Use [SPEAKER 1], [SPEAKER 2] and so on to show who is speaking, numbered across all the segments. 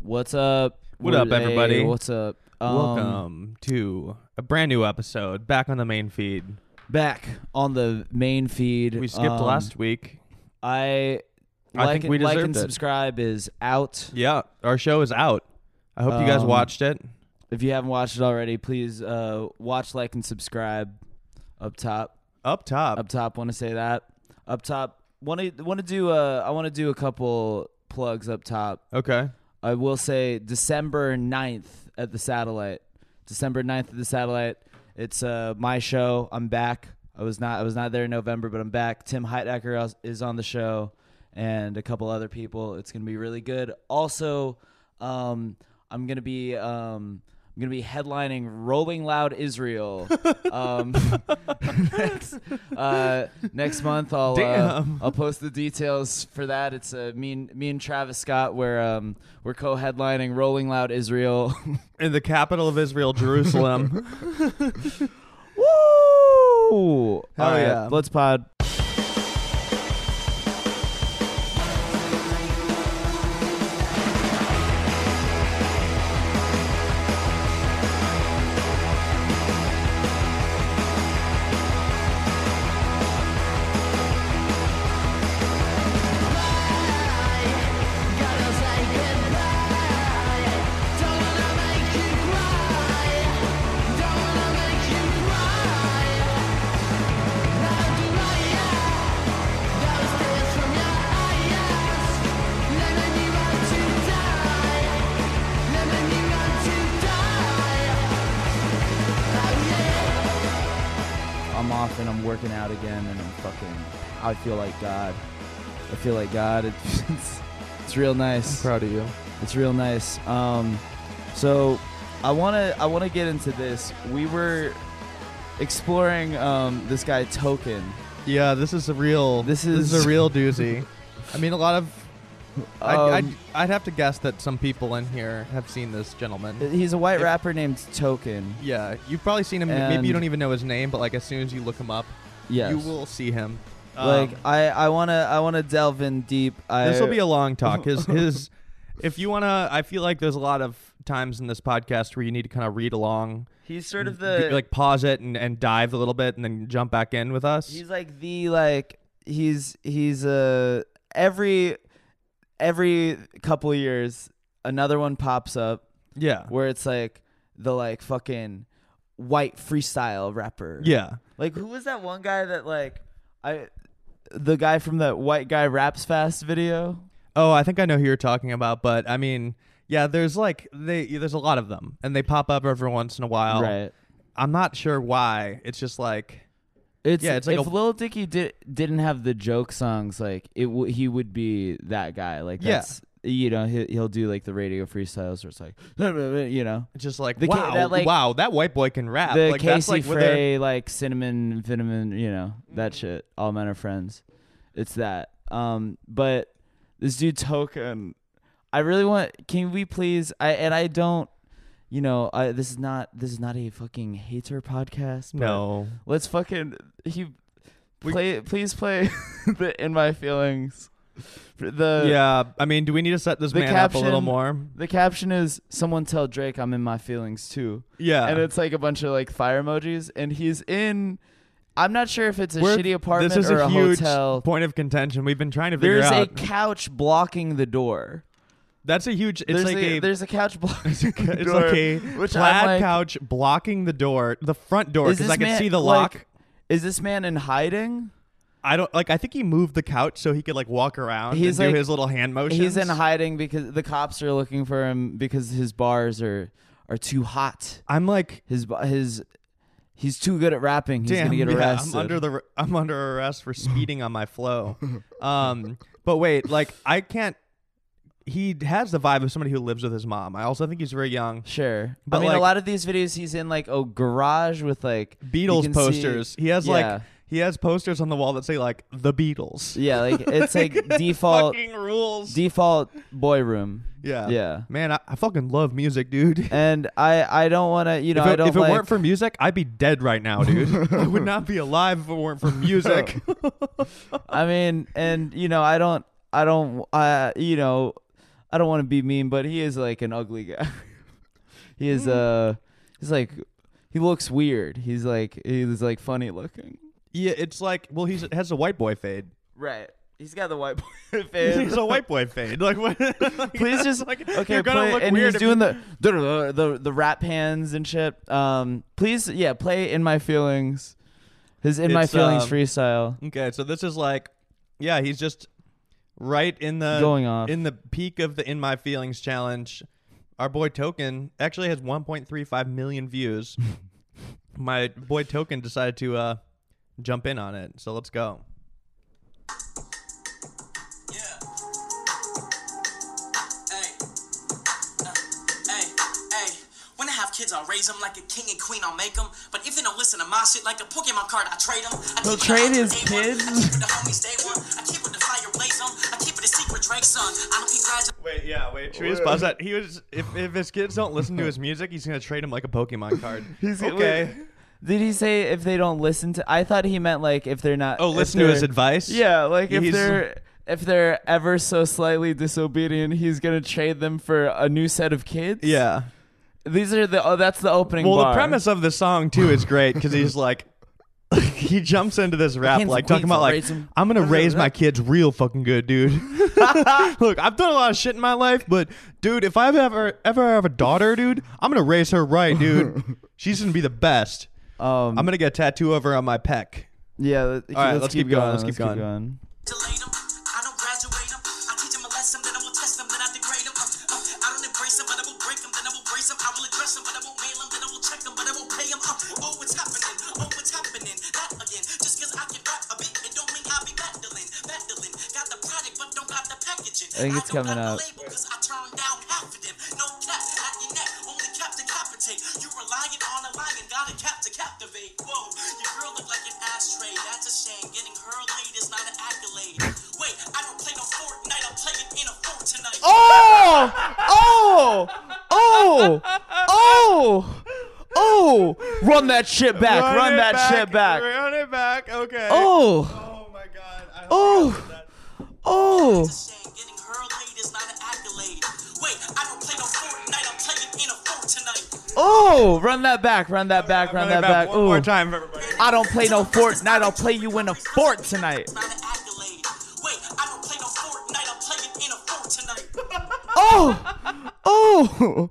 [SPEAKER 1] What's up?
[SPEAKER 2] What up,
[SPEAKER 1] Hey,
[SPEAKER 2] everybody?
[SPEAKER 1] What's up? Um,
[SPEAKER 2] Welcome to a brand new episode back on the main feed.
[SPEAKER 1] back on the main feed.
[SPEAKER 2] We skipped
[SPEAKER 1] Um,
[SPEAKER 2] last week.
[SPEAKER 1] I
[SPEAKER 2] I
[SPEAKER 1] like
[SPEAKER 2] think we
[SPEAKER 1] like
[SPEAKER 2] deserved
[SPEAKER 1] and
[SPEAKER 2] it.
[SPEAKER 1] subscribe is out.
[SPEAKER 2] Yeah, our show is out. I hope you guys
[SPEAKER 1] Um,
[SPEAKER 2] watched it.
[SPEAKER 1] If you haven't watched it already, please uh, watch, like, and subscribe. Up top,
[SPEAKER 2] Up top,
[SPEAKER 1] up top. Want to say that? Up top. Want to want to do? Uh, I want to do a couple plugs up top.
[SPEAKER 2] okay.
[SPEAKER 1] I will say December 9th at the Satellite. December 9th at the Satellite. It's uh, my show. I'm back. I was not I was not there in November, but I'm back. Tim Heidecker is- is on the show and a couple other people. It's going to be really good. Also, um, I'm going to be um, I'm going to be headlining Rolling Loud Israel. um, next, uh, next month I'll uh,
[SPEAKER 2] Damn.
[SPEAKER 1] I'll post the details for that. It's uh, me and me and Travis Scott where um we're co-headlining Rolling Loud Israel.
[SPEAKER 2] In the capital of Israel, Jerusalem.
[SPEAKER 1] Woo! Oh
[SPEAKER 2] Hell yeah.
[SPEAKER 1] Let's pod. I'm off and I'm working out again and I'm fucking I feel like God. I feel like God. It's it's, it's real nice.
[SPEAKER 2] Proud of you.
[SPEAKER 1] It's real nice. Um, so I wanna I wanna get into this. We were exploring um, this guy Token.
[SPEAKER 2] Yeah, this is a real.
[SPEAKER 1] This is-
[SPEAKER 2] a real doozy. I mean, a lot of. I'd, I'd,
[SPEAKER 1] Um,
[SPEAKER 2] I'd have to guess that some people in here have seen this gentleman.
[SPEAKER 1] He's a white
[SPEAKER 2] If-
[SPEAKER 1] rapper named Token.
[SPEAKER 2] Yeah, you've probably seen him. maybe
[SPEAKER 1] And-
[SPEAKER 2] you don't even know his name, but like as soon as you look him up,
[SPEAKER 1] Yes.
[SPEAKER 2] you will see him. Um,
[SPEAKER 1] like I, I wanna I wanna delve in deep. I,
[SPEAKER 2] this will be a long talk. His his if you wanna I feel like there's a lot of times in this podcast where you need to kind of read along.
[SPEAKER 1] he's sort of
[SPEAKER 2] G-
[SPEAKER 1] the
[SPEAKER 2] like pause it and, and dive a little bit and then jump back in with us.
[SPEAKER 1] He's like the like he's he's uh every every couple years another one pops up
[SPEAKER 2] yeah.
[SPEAKER 1] where it's like the like fucking white freestyle rapper.
[SPEAKER 2] Yeah.
[SPEAKER 1] Like who was that one guy that like I the guy from that white guy raps fast video?
[SPEAKER 2] Oh, I think I know who you're talking about, but I mean, yeah, there's like they there's a lot of them and they pop up every once in a while. I'm not sure why. It's just like
[SPEAKER 1] It's,
[SPEAKER 2] Yeah, it's like
[SPEAKER 1] if
[SPEAKER 2] a-
[SPEAKER 1] Lil Dicky did didn't have the joke songs, like it w- he would be that guy. Like
[SPEAKER 2] Yeah.
[SPEAKER 1] that's you know he, he'll do like the radio freestyles where it's like you know
[SPEAKER 2] it's just like
[SPEAKER 1] The ca-
[SPEAKER 2] wow,
[SPEAKER 1] that, like-
[SPEAKER 2] wow, that white boy can rap.
[SPEAKER 1] the
[SPEAKER 2] like that's
[SPEAKER 1] Casey
[SPEAKER 2] like what they're- Mm-hmm.
[SPEAKER 1] Frey like cinnamon cinnamon you know that shit. All men are friends. It's that. Um, but this dude Token, I really want. Can we please? I and I don't. You know, I, this is not this is not a fucking hater podcast. but
[SPEAKER 2] No.
[SPEAKER 1] Let's fucking he
[SPEAKER 2] We-
[SPEAKER 1] play. Please play the in my feelings. For The
[SPEAKER 2] yeah, I mean, do we need to set this
[SPEAKER 1] the
[SPEAKER 2] man up a little
[SPEAKER 1] caption-
[SPEAKER 2] more?
[SPEAKER 1] The caption is someone tell Drake I'm in my feelings too,
[SPEAKER 2] Yeah.
[SPEAKER 1] and it's like a bunch of like fire emojis, and he's in. I'm not sure if it's a
[SPEAKER 2] We're-
[SPEAKER 1] shitty apartment
[SPEAKER 2] This is
[SPEAKER 1] or
[SPEAKER 2] a,
[SPEAKER 1] a,
[SPEAKER 2] huge
[SPEAKER 1] hotel.
[SPEAKER 2] point of contention. We've been trying to figure
[SPEAKER 1] There's a
[SPEAKER 2] out.
[SPEAKER 1] couch blocking the door.
[SPEAKER 2] That's a huge. It's
[SPEAKER 1] there's
[SPEAKER 2] like
[SPEAKER 1] a,
[SPEAKER 2] a.
[SPEAKER 1] there's a couch blocking the door.
[SPEAKER 2] it's like a
[SPEAKER 1] which I'm
[SPEAKER 2] plaid
[SPEAKER 1] like,
[SPEAKER 2] couch blocking the door, the front door,
[SPEAKER 1] Is
[SPEAKER 2] because
[SPEAKER 1] this
[SPEAKER 2] I can
[SPEAKER 1] man-
[SPEAKER 2] see the
[SPEAKER 1] like-
[SPEAKER 2] lock.
[SPEAKER 1] Is this man in hiding?
[SPEAKER 2] I don't like. I think he moved the couch so he could like walk around
[SPEAKER 1] He's
[SPEAKER 2] and
[SPEAKER 1] like-
[SPEAKER 2] do his little hand motions.
[SPEAKER 1] He's in hiding because the cops are looking for him because his bars are are too hot.
[SPEAKER 2] I'm like,
[SPEAKER 1] His ba- his he's too good at rapping. He's
[SPEAKER 2] damn,
[SPEAKER 1] gonna get
[SPEAKER 2] yeah,
[SPEAKER 1] arrested.
[SPEAKER 2] I'm under the. r- I'm under arrest for speeding on my flow. Um, but wait, like I can't. He has the vibe of somebody who lives with his mom. I also think he's very young.
[SPEAKER 1] Sure, I
[SPEAKER 2] But,
[SPEAKER 1] mean a
[SPEAKER 2] like-
[SPEAKER 1] lot of these videos he's in like a garage with like you
[SPEAKER 2] Beatles
[SPEAKER 1] can
[SPEAKER 2] posters.
[SPEAKER 1] See,
[SPEAKER 2] he has
[SPEAKER 1] yeah.
[SPEAKER 2] like he has posters on the wall that say like the Beatles.
[SPEAKER 1] yeah, like it's like default
[SPEAKER 2] fucking rules.
[SPEAKER 1] default boy room.
[SPEAKER 2] yeah.
[SPEAKER 1] yeah.
[SPEAKER 2] Man, I, I fucking love music, dude.
[SPEAKER 1] And I I don't want to you know
[SPEAKER 2] if
[SPEAKER 1] I
[SPEAKER 2] it,
[SPEAKER 1] don't
[SPEAKER 2] if it
[SPEAKER 1] like,
[SPEAKER 2] weren't for music, I'd be dead right now, dude. I would not be alive if it weren't for music.
[SPEAKER 1] I mean, and you know, I don't, I don't, uh, you know, I don't want to be mean, but he is like an ugly guy. he is
[SPEAKER 2] Hmm.
[SPEAKER 1] uh he's like he looks weird. He's like he's like funny looking.
[SPEAKER 2] Yeah, it's like well, he's has a white boy fade.
[SPEAKER 1] Right. He's got the white boy
[SPEAKER 2] He's a white boy fade. Like what? like,
[SPEAKER 1] Please just
[SPEAKER 2] like,
[SPEAKER 1] okay.
[SPEAKER 2] you're gonna
[SPEAKER 1] play-
[SPEAKER 2] look
[SPEAKER 1] and
[SPEAKER 2] weird
[SPEAKER 1] he's
[SPEAKER 2] if
[SPEAKER 1] doing the, the the the rap hands and shit. Um, please, yeah, play in my feelings. His in my
[SPEAKER 2] It's,
[SPEAKER 1] feelings
[SPEAKER 2] um,
[SPEAKER 1] freestyle
[SPEAKER 2] Okay, so this is like, yeah, he's just right in the
[SPEAKER 1] going off.
[SPEAKER 2] in the peak of the in my feelings challenge. Our boy Token actually has 1.35 million views. My boy Token decided to uh, jump in on it, so let's go.
[SPEAKER 3] Yeah. Ay. Uh, ay, ay. When I have kids, I'll raise them like a king and queen. I'll make them. But if they don't listen to my shit, like a Pokemon card, I trade them. I
[SPEAKER 4] He'll
[SPEAKER 3] keep it
[SPEAKER 4] trade
[SPEAKER 3] the
[SPEAKER 4] his
[SPEAKER 3] day one.
[SPEAKER 4] kids?
[SPEAKER 3] I keep it the homies day one. I keep it the fire blaze 'em. I keep it a secret Drake son. I don't keep graduating.
[SPEAKER 2] Wait, yeah, wait. Should we just pause that? He was if, if his kids don't listen to his music, he's gonna trade him like a Pokemon card. he's okay.
[SPEAKER 1] Did he say if they don't listen to? I thought he meant like if they're not.
[SPEAKER 2] Oh,
[SPEAKER 1] if
[SPEAKER 2] listen to his
[SPEAKER 1] they're-
[SPEAKER 2] advice.
[SPEAKER 1] Yeah, like if
[SPEAKER 2] He's-
[SPEAKER 1] they're if they're ever so slightly disobedient, he's gonna trade them for a new set of kids.
[SPEAKER 2] yeah.
[SPEAKER 1] these are the oh, that's the opening.
[SPEAKER 2] Well,
[SPEAKER 1] bar.
[SPEAKER 2] the premise of the song too is great because he's like, he jumps into this rap
[SPEAKER 1] Kings
[SPEAKER 2] like
[SPEAKER 1] and
[SPEAKER 2] talking
[SPEAKER 1] queens
[SPEAKER 2] about
[SPEAKER 1] will
[SPEAKER 2] like,
[SPEAKER 1] raise 'em.
[SPEAKER 2] I'm gonna raise my kids real fucking good, dude. Look, I've done a lot of shit in my life, but dude, if I ever ever have a daughter, dude, I'm gonna raise her right, dude. She's gonna be the best.
[SPEAKER 1] Um,
[SPEAKER 2] I'm gonna get a tattoo of her on my pec.
[SPEAKER 1] yeah. let-
[SPEAKER 2] All right, let's keep going, let's keep going.
[SPEAKER 3] Delay 'em. I don't graduate 'em. I teach 'em a lesson, then I will test 'em, then I degrade 'em. Uh, uh, I don't embrace 'em, but I will break 'em, then I will brace 'em. I will address 'em, but I won't mail 'em, then I will check 'em, but I won't pay 'em. Uh, oh, what's happening? Oh, what's happening? That again. Just 'cause I can rap a bit, it don't mean I'll be battling. Battling. Got the product, but don't have the packaging. I
[SPEAKER 1] think it's
[SPEAKER 3] don't
[SPEAKER 1] coming up.
[SPEAKER 3] got the label 'cause I turned down half of them. No cap at your neck, only cap to capitate. You relying on a lion, got a cap to captivate. Whoa, your girl look like an ashtray. That's a shame. Getting her late is not an accolade. Wait, I don't play no Fortnite. I'm playing in a fort tonight.
[SPEAKER 1] Oh! Oh! Oh! Oh! Oh! Run that shit back. Run,
[SPEAKER 2] it
[SPEAKER 1] that shit back.
[SPEAKER 2] Run it back. Okay.
[SPEAKER 1] Oh!
[SPEAKER 2] Oh my god. I hope
[SPEAKER 1] Oh.
[SPEAKER 2] I got that.
[SPEAKER 1] Oh!
[SPEAKER 3] That's a shame. Getting her late is not an accolade. Wait, I don't play no Fortnite. I'm playing in a fort tonight.
[SPEAKER 1] Oh! Run that back. Run that back. Run
[SPEAKER 2] it
[SPEAKER 1] that back.
[SPEAKER 2] One more
[SPEAKER 1] Ooh.
[SPEAKER 2] time, for everybody.
[SPEAKER 1] I don't play no Fortnite. I'll play you in a fort tonight.
[SPEAKER 3] Not an accolade. Wait, I don't play no Fortnite. I'm playing in a fort tonight.
[SPEAKER 1] Oh! Oh!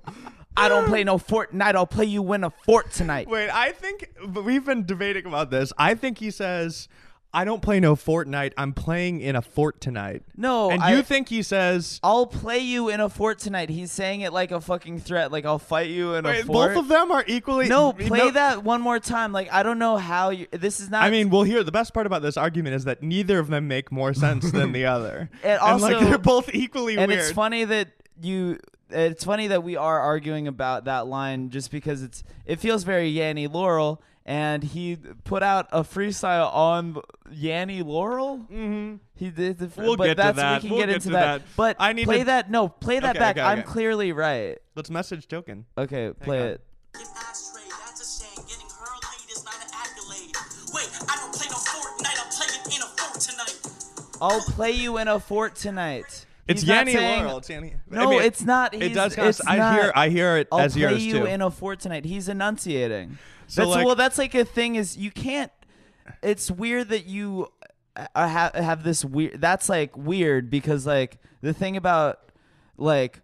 [SPEAKER 1] I don't play no Fortnite. I'll play you in a fort tonight.
[SPEAKER 2] Wait, I think but we've been debating about this. I think he says, "I don't play no Fortnite. I'm playing in a fort tonight."
[SPEAKER 1] No,
[SPEAKER 2] and
[SPEAKER 1] I-
[SPEAKER 2] you think he says
[SPEAKER 1] I'll play you in a fort tonight. He's saying it like a fucking threat. Like I'll fight you in a
[SPEAKER 2] Wait,
[SPEAKER 1] fort.
[SPEAKER 2] both of them are equally
[SPEAKER 1] No, play that one more time. Like I don't know how you. This is not.
[SPEAKER 2] I mean, well, here the best part about this argument is that neither of them make more sense than the other,
[SPEAKER 1] And
[SPEAKER 2] and like
[SPEAKER 1] also-
[SPEAKER 2] they're both equally
[SPEAKER 1] and
[SPEAKER 2] weird.
[SPEAKER 1] it's funny that you. It's funny that we are arguing about that line just because it's. It feels very Yanny Laurel, and he put out a freestyle on Yanny Laurel. Mm-hmm. He did the.
[SPEAKER 2] We'll
[SPEAKER 1] but
[SPEAKER 2] get to
[SPEAKER 1] that's,
[SPEAKER 2] that.
[SPEAKER 1] We can
[SPEAKER 2] We'll
[SPEAKER 1] get,
[SPEAKER 2] get
[SPEAKER 1] into
[SPEAKER 2] to
[SPEAKER 1] that.
[SPEAKER 2] that.
[SPEAKER 1] But
[SPEAKER 2] I need
[SPEAKER 1] play
[SPEAKER 2] to-
[SPEAKER 1] that. No, play that
[SPEAKER 2] Okay,
[SPEAKER 1] back.
[SPEAKER 2] okay,
[SPEAKER 1] I'm
[SPEAKER 2] okay.
[SPEAKER 1] clearly right.
[SPEAKER 2] Let's message Token.
[SPEAKER 1] Okay, play
[SPEAKER 2] on.
[SPEAKER 1] it.
[SPEAKER 3] An ashtray, that's a shame. Getting her late is not an accolade. Wait, I don't play no Fortnite. I'm playing in a fort tonight.
[SPEAKER 1] I'll play you in a fort tonight.
[SPEAKER 2] It's
[SPEAKER 1] He's not
[SPEAKER 2] Yanni
[SPEAKER 1] saying-
[SPEAKER 2] Laurel. It's Yanni.
[SPEAKER 1] No, it's not.
[SPEAKER 2] It
[SPEAKER 1] He's-
[SPEAKER 2] does.
[SPEAKER 1] It's
[SPEAKER 2] I
[SPEAKER 1] not.
[SPEAKER 2] hear. I hear it
[SPEAKER 1] I'll
[SPEAKER 2] as
[SPEAKER 1] play
[SPEAKER 2] yours
[SPEAKER 1] you
[SPEAKER 2] too.
[SPEAKER 1] in a fort tonight. He's enunciating.
[SPEAKER 2] So,
[SPEAKER 1] that's
[SPEAKER 2] like-
[SPEAKER 1] well, that's like a thing. Is you can't. It's weird that you uh, have have this weird. That's like weird because like the thing about like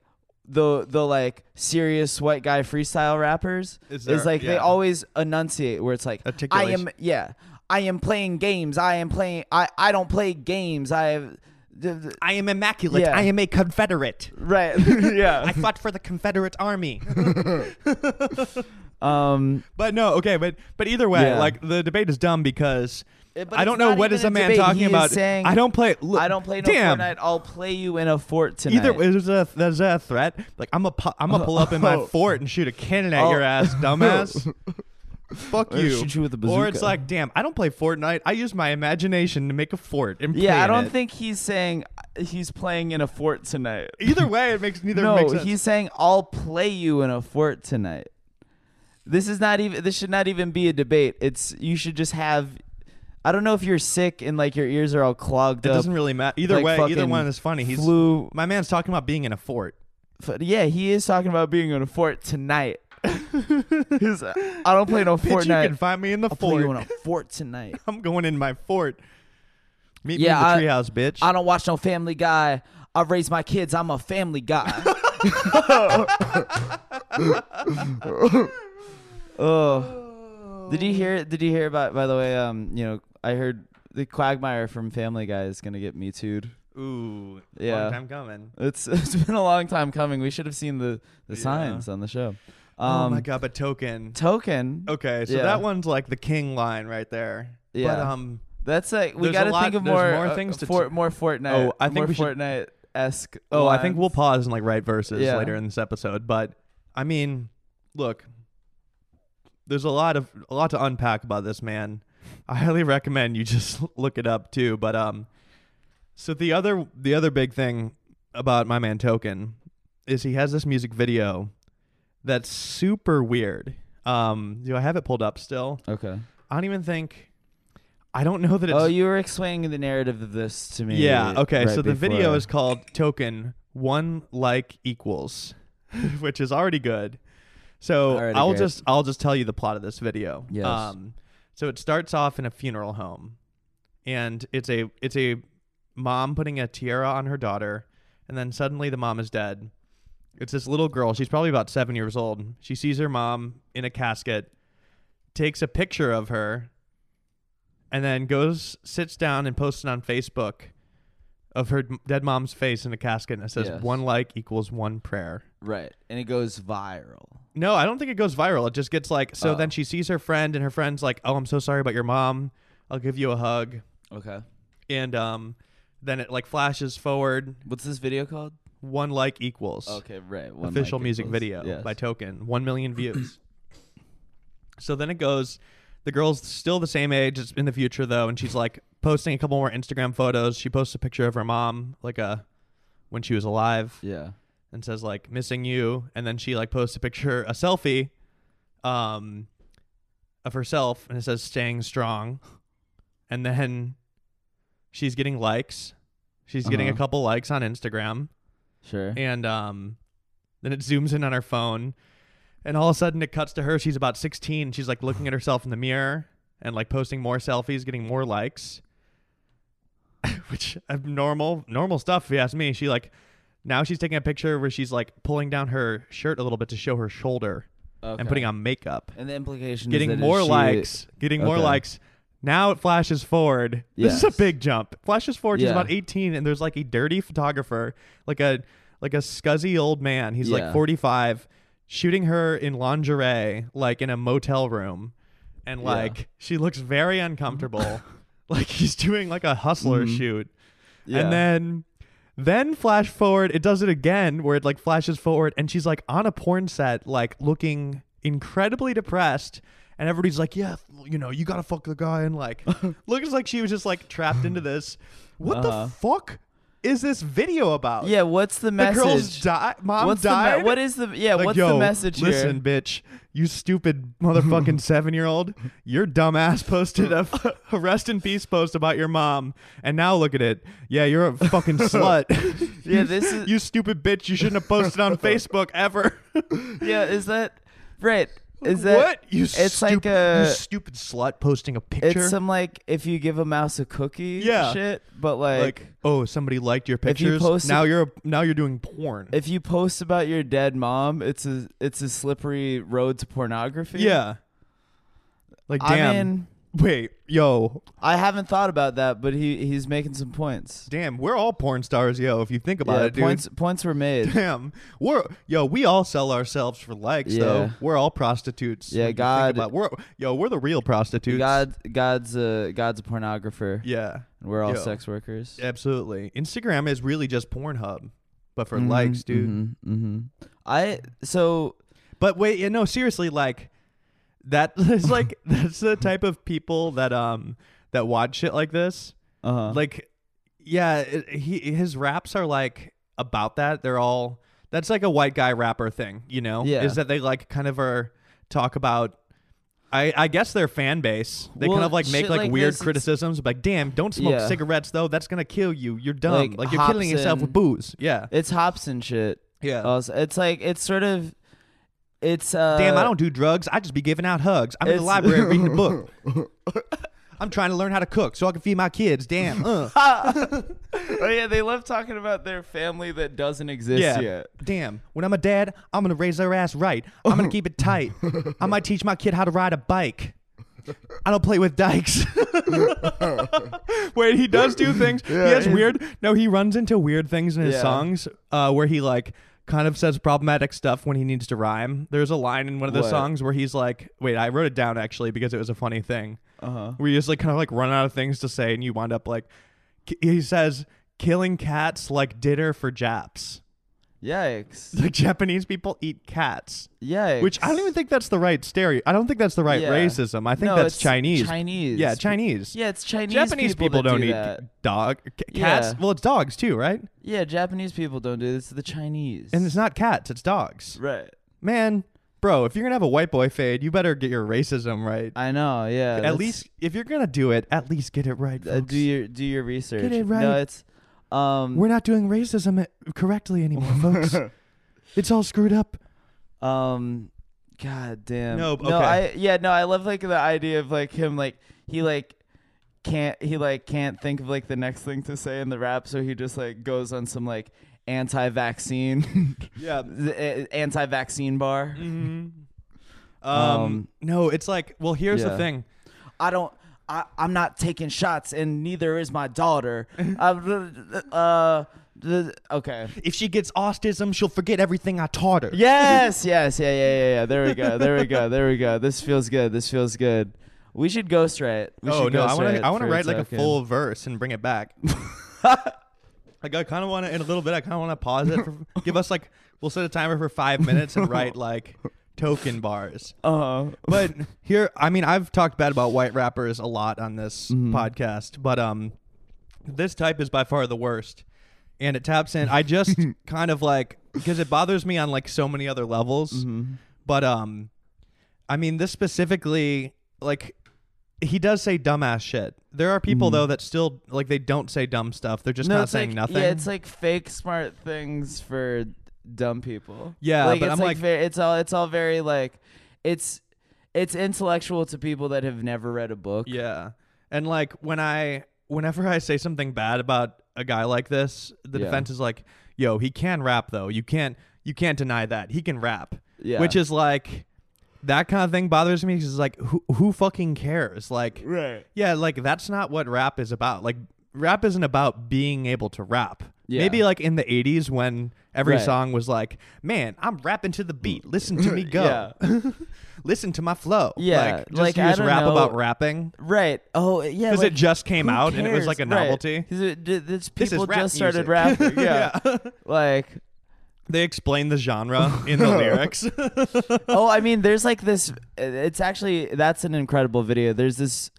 [SPEAKER 1] the the like serious white guy freestyle rappers
[SPEAKER 2] Is
[SPEAKER 1] is,
[SPEAKER 2] there-
[SPEAKER 1] like they
[SPEAKER 2] yeah.
[SPEAKER 1] always enunciate where it's like I
[SPEAKER 2] Articulation.
[SPEAKER 1] am yeah I am playing games I am playing I I don't play games I have the- the-
[SPEAKER 2] I am immaculate.
[SPEAKER 1] Yeah.
[SPEAKER 2] I am a Confederate.
[SPEAKER 1] right yeah
[SPEAKER 2] fought for the Confederate Army.
[SPEAKER 1] um
[SPEAKER 2] But no, okay, but but either way,
[SPEAKER 1] Yeah.
[SPEAKER 2] like the debate is dumb because
[SPEAKER 1] Eh, but
[SPEAKER 2] I
[SPEAKER 1] it's
[SPEAKER 2] don't know
[SPEAKER 1] not
[SPEAKER 2] what
[SPEAKER 1] even
[SPEAKER 2] is a
[SPEAKER 1] a
[SPEAKER 2] man
[SPEAKER 1] debate.
[SPEAKER 2] talking
[SPEAKER 1] He is
[SPEAKER 2] about.
[SPEAKER 1] saying,
[SPEAKER 2] I don't play. Look,
[SPEAKER 1] I don't play no
[SPEAKER 2] damn.
[SPEAKER 1] Fortnite. I'll play you in a fort tonight.
[SPEAKER 2] Either way, there's a there's a threat. Like I'm a pu- I'm gonna pull up in my
[SPEAKER 1] Oh.
[SPEAKER 2] fort and shoot a cannon at
[SPEAKER 1] Oh.
[SPEAKER 2] your ass, dumbass. Fuck
[SPEAKER 1] Or
[SPEAKER 2] you.
[SPEAKER 1] shoot you with a
[SPEAKER 2] Or it's
[SPEAKER 1] bazooka.
[SPEAKER 2] like, damn, I don't play Fortnite. I use my imagination to make a fort and play
[SPEAKER 1] yeah, I
[SPEAKER 2] in
[SPEAKER 1] don't
[SPEAKER 2] it.
[SPEAKER 1] think he's saying uh, he's playing in a fort tonight.
[SPEAKER 2] Either way, it makes neither
[SPEAKER 1] No,
[SPEAKER 2] makes sense.
[SPEAKER 1] he's saying I'll play you in a fort tonight. This is not even. This should not even be a debate. It's you should just have I don't know if you're sick and like your ears are all clogged
[SPEAKER 2] It
[SPEAKER 1] up.
[SPEAKER 2] doesn't really matter. Either
[SPEAKER 1] like,
[SPEAKER 2] way, either
[SPEAKER 1] fucking
[SPEAKER 2] one is funny. He's
[SPEAKER 1] flu.
[SPEAKER 2] my man's talking about being in a fort.
[SPEAKER 1] f- yeah, he is talking about being on a fort tonight. He's, I don't play no
[SPEAKER 2] Bitch, you
[SPEAKER 1] Fortnite.
[SPEAKER 2] can find me in the
[SPEAKER 1] I'll play
[SPEAKER 2] fort.
[SPEAKER 1] you on a fort tonight.
[SPEAKER 2] I'm going in my fort. Meet
[SPEAKER 1] Yeah, I-
[SPEAKER 2] me in the treehouse, bitch.
[SPEAKER 1] I don't watch no Family Guy. I raise my kids. I'm a family guy. oh. Did you hear did you hear about by the way um you know I heard the Quagmire from Family Guy is going to get me too'd.
[SPEAKER 2] Ooh,
[SPEAKER 1] Yeah.
[SPEAKER 2] long time coming.
[SPEAKER 1] It's it's been a long time coming. We should have seen the the
[SPEAKER 2] Yeah.
[SPEAKER 1] signs on the show. Um
[SPEAKER 2] oh my god, Oh, but token.
[SPEAKER 1] Token.
[SPEAKER 2] okay, so
[SPEAKER 1] yeah.
[SPEAKER 2] that one's like the king line right there. But
[SPEAKER 1] Yeah.
[SPEAKER 2] um,
[SPEAKER 1] That's like we
[SPEAKER 2] There's a
[SPEAKER 1] got to
[SPEAKER 2] lot-
[SPEAKER 1] think of
[SPEAKER 2] there's
[SPEAKER 1] more
[SPEAKER 2] more
[SPEAKER 1] uh,
[SPEAKER 2] things to
[SPEAKER 1] for,
[SPEAKER 2] t-
[SPEAKER 1] more Fortnite.
[SPEAKER 2] Oh, I think
[SPEAKER 1] more
[SPEAKER 2] we should-
[SPEAKER 1] Fortnite-esque.
[SPEAKER 2] oh, I think we'll
[SPEAKER 1] lines.
[SPEAKER 2] pause and like write verses
[SPEAKER 1] Yeah.
[SPEAKER 2] later in this episode. But I mean, look, there's a lot of a lot to unpack about this man. I highly recommend you just look it up too. But um, so the other the other big thing about my man Token is he has this music video that's super weird. Um, do I have it pulled up still?
[SPEAKER 1] Okay.
[SPEAKER 2] I don't even think. I don't know that it's.
[SPEAKER 1] oh, you were explaining the narrative of this to me.
[SPEAKER 2] yeah. Okay.
[SPEAKER 1] right
[SPEAKER 2] so the video
[SPEAKER 1] before.
[SPEAKER 2] is called "Token One Like Equals," which is already good. So
[SPEAKER 1] Already
[SPEAKER 2] I'll
[SPEAKER 1] great.
[SPEAKER 2] just I'll just tell you the plot of this video. Um,
[SPEAKER 1] Yes.
[SPEAKER 2] so it starts off in a funeral home, and it's a it's a mom putting a tiara on her daughter, and then suddenly the mom is dead. It's this little girl. She's probably about seven years old. She sees her mom in a casket, takes a picture of her, and then goes sits down and posts it on Facebook of her m- dead mom's face in a casket, and it says
[SPEAKER 1] Yes.
[SPEAKER 2] one like equals one prayer.
[SPEAKER 1] right, and it goes viral.
[SPEAKER 2] No, I don't think it goes viral. It just gets like so.
[SPEAKER 1] Oh.
[SPEAKER 2] Then she sees her friend, and her friend's like, "Oh, I'm so sorry about your mom. I'll give you a hug."
[SPEAKER 1] Okay.
[SPEAKER 2] And um, then it like flashes forward.
[SPEAKER 1] What's this video called?
[SPEAKER 2] One like equals.
[SPEAKER 1] Okay, right. One
[SPEAKER 2] official
[SPEAKER 1] Mic
[SPEAKER 2] music
[SPEAKER 1] Equals.
[SPEAKER 2] video
[SPEAKER 1] Yes.
[SPEAKER 2] by Token, 1 million views. so then it goes, the girl's still the same age, it's in the future though, and she's like posting a couple more Instagram photos. She posts a picture of her mom, like a when she was alive,
[SPEAKER 1] yeah.
[SPEAKER 2] and says like missing you, and then she like posts a picture, a selfie, um, of herself, and it says staying strong, and then she's getting likes. She's getting a
[SPEAKER 1] Uh-huh.
[SPEAKER 2] couple likes on Instagram
[SPEAKER 1] Sure.
[SPEAKER 2] and um, then it zooms in on her phone, and all of a sudden it cuts to her. She's about 16. She's like looking at herself in the mirror and like posting more selfies, getting more likes, which abnormal, normal stuff. If you ask me, she like now she's taking a picture where she's like pulling down her shirt a little bit to show her shoulder
[SPEAKER 1] okay.
[SPEAKER 2] and putting on makeup,
[SPEAKER 1] And the implication is
[SPEAKER 2] getting
[SPEAKER 1] that
[SPEAKER 2] more
[SPEAKER 1] if she-
[SPEAKER 2] likes, getting more
[SPEAKER 1] Okay.
[SPEAKER 2] likes. Now it flashes forward. This is
[SPEAKER 1] Yes.
[SPEAKER 2] a big jump. Flashes forward. She's
[SPEAKER 1] Yeah.
[SPEAKER 2] about 18, and there's like a dirty photographer, like a like a scuzzy old man. He's like
[SPEAKER 1] Yeah.
[SPEAKER 2] 45, shooting her in lingerie, like in a motel room, and like she looks very uncomfortable, like he's doing like a hustler shoot.
[SPEAKER 1] Mm-hmm. Yeah.
[SPEAKER 2] And then then flash forward, it does it again where it like flashes forward and she's like on a porn set, like looking incredibly depressed. And everybody's like, yeah, you know, you gotta fuck the guy. And like, looks like she was just like trapped into this. What
[SPEAKER 1] Uh-huh.
[SPEAKER 2] the fuck is this video about?
[SPEAKER 1] Yeah. What's the
[SPEAKER 2] The
[SPEAKER 1] message?
[SPEAKER 2] girl's die. Mom
[SPEAKER 1] what's
[SPEAKER 2] died.
[SPEAKER 1] The me- what is the yeah?
[SPEAKER 2] Like,
[SPEAKER 1] what's
[SPEAKER 2] yo,
[SPEAKER 1] the message
[SPEAKER 2] listen,
[SPEAKER 1] here?
[SPEAKER 2] bitch, you stupid motherfucking seven year old. Your dumbass posted a, a rest in peace post about your mom, and now look at it. Yeah, you're a fucking slut.
[SPEAKER 1] Yeah, this is-
[SPEAKER 2] you stupid bitch. You shouldn't have posted on Facebook ever.
[SPEAKER 1] Yeah. Is that right? Is that
[SPEAKER 2] what you?
[SPEAKER 1] It's like
[SPEAKER 2] stup-
[SPEAKER 1] a.
[SPEAKER 2] you stupid slut posting a picture.
[SPEAKER 1] it's some like if you give a mouse a cookie.
[SPEAKER 2] Yeah.
[SPEAKER 1] Shit. But
[SPEAKER 2] like, oh, somebody liked your
[SPEAKER 1] If you
[SPEAKER 2] pictures.
[SPEAKER 1] posted-
[SPEAKER 2] now you're a, now you're doing porn.
[SPEAKER 1] if you post about your dead mom, it's a it's a slippery road to pornography.
[SPEAKER 2] yeah. Like
[SPEAKER 1] I
[SPEAKER 2] damn.
[SPEAKER 1] mean,
[SPEAKER 2] Wait, yo,
[SPEAKER 1] I haven't thought about that, but he he's making some points.
[SPEAKER 2] damn. We're all porn stars, yo. If you think about
[SPEAKER 1] Yeah,
[SPEAKER 2] it, dude.
[SPEAKER 1] points points were made.
[SPEAKER 2] Damn, we're yo, we all sell ourselves for likes,
[SPEAKER 1] Yeah.
[SPEAKER 2] though. We're all prostitutes.
[SPEAKER 1] Yeah,
[SPEAKER 2] when you think
[SPEAKER 1] God-
[SPEAKER 2] about- we're yo, we're the real prostitutes.
[SPEAKER 1] God God's a God's a pornographer.
[SPEAKER 2] yeah,
[SPEAKER 1] and we're all
[SPEAKER 2] Yo.
[SPEAKER 1] sex workers.
[SPEAKER 2] absolutely. Instagram is really just Pornhub, but for likes, dude.
[SPEAKER 1] Mm-hmm, I so
[SPEAKER 2] But wait, yeah, no, seriously, like that is like that's the type of people that um that watch shit like this.
[SPEAKER 1] uh
[SPEAKER 2] Like, yeah, it, he his raps are like about that. They're all that's like a white guy rapper thing, you know?
[SPEAKER 1] Yeah.
[SPEAKER 2] is that they like kind of are talk about I, I guess their fan base. They kind
[SPEAKER 1] Well,
[SPEAKER 2] of like make
[SPEAKER 1] shit
[SPEAKER 2] like,
[SPEAKER 1] like
[SPEAKER 2] weird
[SPEAKER 1] this, it's-
[SPEAKER 2] criticisms, like "Damn, don't smoke
[SPEAKER 1] Yeah.
[SPEAKER 2] cigarettes though. That's gonna kill you. You're dumb. Like,
[SPEAKER 1] Like,
[SPEAKER 2] you're killing yourself
[SPEAKER 1] Hobson-
[SPEAKER 2] with booze." Yeah.
[SPEAKER 1] It's hops and shit.
[SPEAKER 2] Yeah.
[SPEAKER 1] Also, it's like it's sort of, it's uh.
[SPEAKER 2] Damn, I don't do drugs. I just be giving out hugs. I'm in the
[SPEAKER 1] It's-
[SPEAKER 2] library reading a book. I'm trying to learn how to cook so I can feed my kids. Damn. Uh.
[SPEAKER 1] Oh yeah, they love talking about their family that doesn't exist
[SPEAKER 2] Yeah.
[SPEAKER 1] yet.
[SPEAKER 2] Damn. When I'm a dad, I'm gonna raise their ass right. I'm gonna keep it tight. I might teach my kid how to ride a bike. I don't play with dykes. Wait, he does do things. he has
[SPEAKER 1] he's-
[SPEAKER 2] weird. No, he runs into weird things in his
[SPEAKER 1] Yeah.
[SPEAKER 2] songs uh, where he like kind of says problematic stuff when he needs to rhyme. There's a line in one of the
[SPEAKER 1] What?
[SPEAKER 2] songs where he's like, "Wait, I wrote it down actually because it was a funny thing."
[SPEAKER 1] Uh-huh.
[SPEAKER 2] We just like kind of like run out of things to say, and you wind up like, k- he says, "Killing cats like dinner for Japs."
[SPEAKER 1] Yikes!
[SPEAKER 2] Like Japanese people eat cats,
[SPEAKER 1] Yikes!
[SPEAKER 2] which I don't even think that's the right stereo. I don't think that's the right
[SPEAKER 1] Yeah.
[SPEAKER 2] racism. I think
[SPEAKER 1] No,
[SPEAKER 2] that's
[SPEAKER 1] it's
[SPEAKER 2] Chinese.
[SPEAKER 1] Chinese.
[SPEAKER 2] Yeah, Chinese.
[SPEAKER 1] Yeah, it's Chinese.
[SPEAKER 2] Japanese people,
[SPEAKER 1] that
[SPEAKER 2] don't
[SPEAKER 1] do
[SPEAKER 2] eat
[SPEAKER 1] that.
[SPEAKER 2] dog c- cats.
[SPEAKER 1] Yeah.
[SPEAKER 2] Well, it's dogs too, right?
[SPEAKER 1] Yeah, Japanese people don't do this. The Chinese.
[SPEAKER 2] And it's not cats, it's dogs.
[SPEAKER 1] right.
[SPEAKER 2] Man, bro, if you're gonna have a white boy fade, you better get your racism right.
[SPEAKER 1] I know. Yeah.
[SPEAKER 2] at
[SPEAKER 1] that's-
[SPEAKER 2] least if you're gonna do it, at least get it right.
[SPEAKER 1] uh,
[SPEAKER 2] folks.
[SPEAKER 1] do your do your research. No,
[SPEAKER 2] it right.
[SPEAKER 1] it's um
[SPEAKER 2] We're not doing racism i- correctly anymore, folks. It's all screwed up.
[SPEAKER 1] Um, God damn.
[SPEAKER 2] No, okay.
[SPEAKER 1] no, I yeah, no, I love like the idea of like him like he like can't he like can't think of like the next thing to say in the rap, so he just like goes on some like anti-vaccine,
[SPEAKER 2] Yeah.
[SPEAKER 1] the, uh, anti-vaccine bar.
[SPEAKER 2] Um, no, it's like, well, here's the
[SPEAKER 1] yeah.
[SPEAKER 2] thing.
[SPEAKER 1] I don't. I, I'm not taking shots, and neither is my daughter. I, uh, the, okay.
[SPEAKER 2] If she gets autism, she'll forget everything I taught her.
[SPEAKER 1] Yes, yes, yeah, yeah, yeah, yeah. There we go. There we go. There we go. This feels good. This feels good. We should ghostwrite. it. We
[SPEAKER 2] oh
[SPEAKER 1] should
[SPEAKER 2] no, I want
[SPEAKER 1] ghostwrite
[SPEAKER 2] to.
[SPEAKER 1] it
[SPEAKER 2] I want to
[SPEAKER 1] for
[SPEAKER 2] write like
[SPEAKER 1] token.
[SPEAKER 2] a full verse and bring it back. like I kind of want to in a little bit. I kind of want to pause it. For, give us like we'll set a timer for five minutes and write like token bars.
[SPEAKER 1] Uh-huh.
[SPEAKER 2] But here, I mean, I've talked bad about white rappers a lot on this
[SPEAKER 1] Mm-hmm.
[SPEAKER 2] podcast, but um, this type is by far the worst, and it taps in. I just kind of like because it bothers me on like so many other levels,
[SPEAKER 1] Mm-hmm.
[SPEAKER 2] but um, I mean, this specifically, like, he does say dumbass shit. There are people though that still like they don't say dumb stuff. They're just
[SPEAKER 1] Mm-hmm. No,
[SPEAKER 2] not
[SPEAKER 1] it's
[SPEAKER 2] saying
[SPEAKER 1] like,
[SPEAKER 2] nothing.
[SPEAKER 1] Yeah, it's like fake smart things for dumb people.
[SPEAKER 2] Yeah,
[SPEAKER 1] like,
[SPEAKER 2] but
[SPEAKER 1] it's
[SPEAKER 2] I'm like-
[SPEAKER 1] very, it's all it's all very like it's it's intellectual to people that have never read a book.
[SPEAKER 2] Yeah. And like when I whenever I say something bad about a guy like this, the
[SPEAKER 1] Yeah.
[SPEAKER 2] defense is like, "Yo, he can rap though. You can't you can't deny that. He can rap."
[SPEAKER 1] Yeah.
[SPEAKER 2] Which is like that kind of thing bothers me cuz like who who fucking cares? Like
[SPEAKER 1] Right.
[SPEAKER 2] Yeah, like that's not what rap is about. Like rap isn't about being able to rap.
[SPEAKER 1] Yeah.
[SPEAKER 2] Maybe like in the 80s when every
[SPEAKER 1] Right.
[SPEAKER 2] song was like, "Man, I'm rapping to the beat. Listen to me go."
[SPEAKER 1] Yeah.
[SPEAKER 2] Listen to my flow.
[SPEAKER 1] Yeah,
[SPEAKER 2] like just
[SPEAKER 1] like, I
[SPEAKER 2] use
[SPEAKER 1] don't
[SPEAKER 2] rap
[SPEAKER 1] know.
[SPEAKER 2] about rapping.
[SPEAKER 1] Right. Oh, yeah.
[SPEAKER 2] Because
[SPEAKER 1] like,
[SPEAKER 2] it just came
[SPEAKER 1] who
[SPEAKER 2] out and it was like a
[SPEAKER 1] cares? Right.
[SPEAKER 2] novelty.
[SPEAKER 1] 'Cause it- th- this-
[SPEAKER 2] This is
[SPEAKER 1] people
[SPEAKER 2] rap
[SPEAKER 1] just started
[SPEAKER 2] music.
[SPEAKER 1] rapping. Yeah. Like,
[SPEAKER 2] They explain the genre in the lyrics.
[SPEAKER 1] oh, I mean, there's like this. It's actually that's an incredible video. There's this,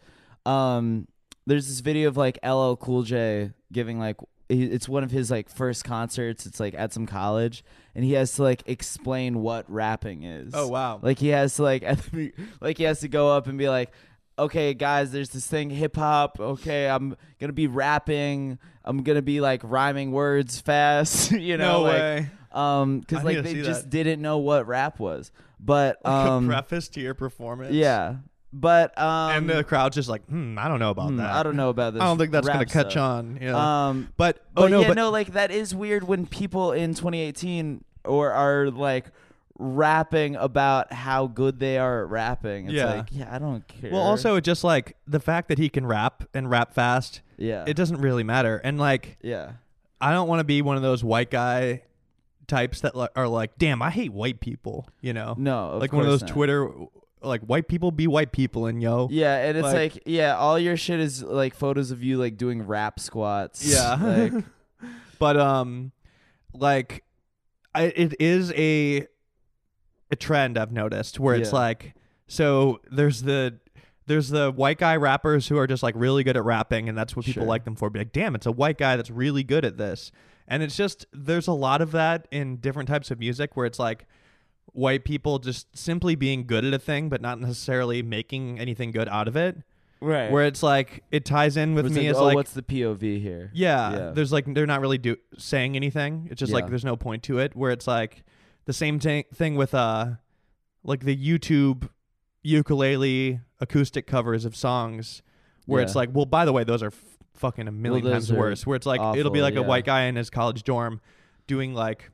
[SPEAKER 1] um, there's this video of like LL Cool J giving like he- it's one of his like first concerts. It's like at some college, and he has to like explain what rapping is.
[SPEAKER 2] Oh, wow.
[SPEAKER 1] Like he has to like at the, be- like he has to go up and be like. Okay, guys, there's this thing hip hop. Okay, I'm gonna be rapping. I'm gonna be like rhyming words fast. You know,
[SPEAKER 2] No
[SPEAKER 1] like,
[SPEAKER 2] way.
[SPEAKER 1] um,
[SPEAKER 2] I
[SPEAKER 1] because
[SPEAKER 2] need to
[SPEAKER 1] like they
[SPEAKER 2] see
[SPEAKER 1] just
[SPEAKER 2] that.
[SPEAKER 1] didn't know what rap was. But um,
[SPEAKER 2] preface to your performance.
[SPEAKER 1] yeah, but um,
[SPEAKER 2] And the crowd's just like, hmm, I don't know about that.
[SPEAKER 1] I don't know about this.
[SPEAKER 2] I don't think that's going
[SPEAKER 1] rap
[SPEAKER 2] to catch
[SPEAKER 1] stuff.
[SPEAKER 2] on. Yeah.
[SPEAKER 1] Um,
[SPEAKER 2] but,
[SPEAKER 1] but
[SPEAKER 2] oh no,
[SPEAKER 1] yeah,
[SPEAKER 2] but
[SPEAKER 1] no, like that is weird when people in 2018 or are like rapping about how good they are at rapping. It's
[SPEAKER 2] Yeah.
[SPEAKER 1] like, yeah, I don't care.
[SPEAKER 2] Well, also it just like the fact that he can rap and rap fast,
[SPEAKER 1] yeah,
[SPEAKER 2] it doesn't really matter. And like
[SPEAKER 1] yeah,
[SPEAKER 2] I don't want to be one of those white guy types that li- are like, "Damn, I hate white people," you know.
[SPEAKER 1] No, of
[SPEAKER 2] like one of
[SPEAKER 1] course
[SPEAKER 2] those
[SPEAKER 1] not.
[SPEAKER 2] Twitter like white people be white people and yo.
[SPEAKER 1] yeah, and it's
[SPEAKER 2] like-
[SPEAKER 1] like, yeah, all your shit is like photos of you like doing rap squats.
[SPEAKER 2] Yeah.
[SPEAKER 1] like,
[SPEAKER 2] But um like I, it is a a trend I've noticed where it's
[SPEAKER 1] Yeah.
[SPEAKER 2] like so there's the there's the white guy rappers who are just like really good at rapping and that's what people
[SPEAKER 1] Sure.
[SPEAKER 2] like them for be like damn it's a white guy that's really good at this and it's just there's a lot of that in different types of music where it's like white people just simply being good at a thing, but not necessarily making anything good out of it.
[SPEAKER 1] Right.
[SPEAKER 2] Where it's like it ties in with
[SPEAKER 1] It's
[SPEAKER 2] me
[SPEAKER 1] like,
[SPEAKER 2] as
[SPEAKER 1] oh,
[SPEAKER 2] like
[SPEAKER 1] what's the POV here?
[SPEAKER 2] yeah,
[SPEAKER 1] Yeah.
[SPEAKER 2] there's like they're not really do saying anything. It's just
[SPEAKER 1] Yeah.
[SPEAKER 2] like there's no point to it. Where it's like the same thing thing with uh like the YouTube ukulele acoustic covers of songs where it's
[SPEAKER 1] Yeah.
[SPEAKER 2] like, well, by the way, those are f- fucking a million
[SPEAKER 1] those
[SPEAKER 2] times
[SPEAKER 1] are
[SPEAKER 2] worse. Where it's like it'll be
[SPEAKER 1] awful,
[SPEAKER 2] like
[SPEAKER 1] yeah.
[SPEAKER 2] a white guy in his college dorm doing like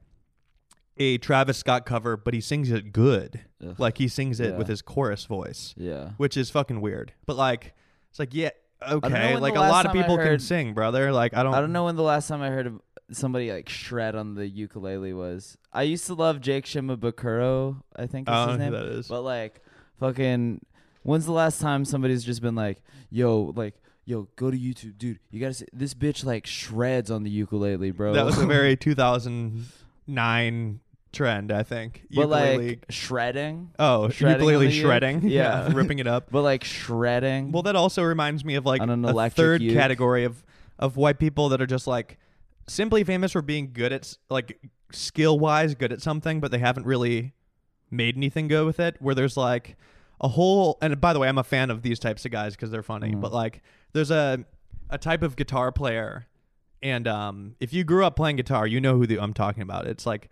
[SPEAKER 2] a Travis Scott cover, but he sings it good.
[SPEAKER 1] Ugh.
[SPEAKER 2] Like he sings it
[SPEAKER 1] Yeah.
[SPEAKER 2] with his chorus voice
[SPEAKER 1] Yeah.
[SPEAKER 2] which is fucking weird. But like, it's like yeah, okay,
[SPEAKER 1] when
[SPEAKER 2] like
[SPEAKER 1] the
[SPEAKER 2] a lot
[SPEAKER 1] last
[SPEAKER 2] of
[SPEAKER 1] time I
[SPEAKER 2] people can
[SPEAKER 1] heard-
[SPEAKER 2] sing, brother. Like I don't,
[SPEAKER 1] I don't know when the last time I heard of somebody like shred on the ukulele was. I used to love Jake Shimabukuro, I think is
[SPEAKER 2] I
[SPEAKER 1] his
[SPEAKER 2] don't know
[SPEAKER 1] name.
[SPEAKER 2] who that is.
[SPEAKER 1] But like fucking when's the last time somebody's just been like, yo, like, yo, go to YouTube, dude. You gotta see this bitch like shreds on the ukulele, bro.
[SPEAKER 2] That was a very 2009 trend, I think.
[SPEAKER 1] but
[SPEAKER 2] ukulele.
[SPEAKER 1] like shredding.
[SPEAKER 2] oh,
[SPEAKER 1] shredding
[SPEAKER 2] ukulele
[SPEAKER 1] on the u-
[SPEAKER 2] shredding,
[SPEAKER 1] yeah.
[SPEAKER 2] ripping it up.
[SPEAKER 1] But like shredding.
[SPEAKER 2] Well, that also reminds me of like
[SPEAKER 1] On an
[SPEAKER 2] a
[SPEAKER 1] electric
[SPEAKER 2] third
[SPEAKER 1] uke.
[SPEAKER 2] category of of white people that are just like simply famous for being good at s- like skill wise good at something, but they haven't really made anything go with it. Where there's like a whole and by the way, I'm a fan of these types of guys because they're funny.
[SPEAKER 1] Mm-hmm.
[SPEAKER 2] But like, there's a a type of guitar player, and um, if you grew up playing guitar, you know who the, I'm talking about. It's like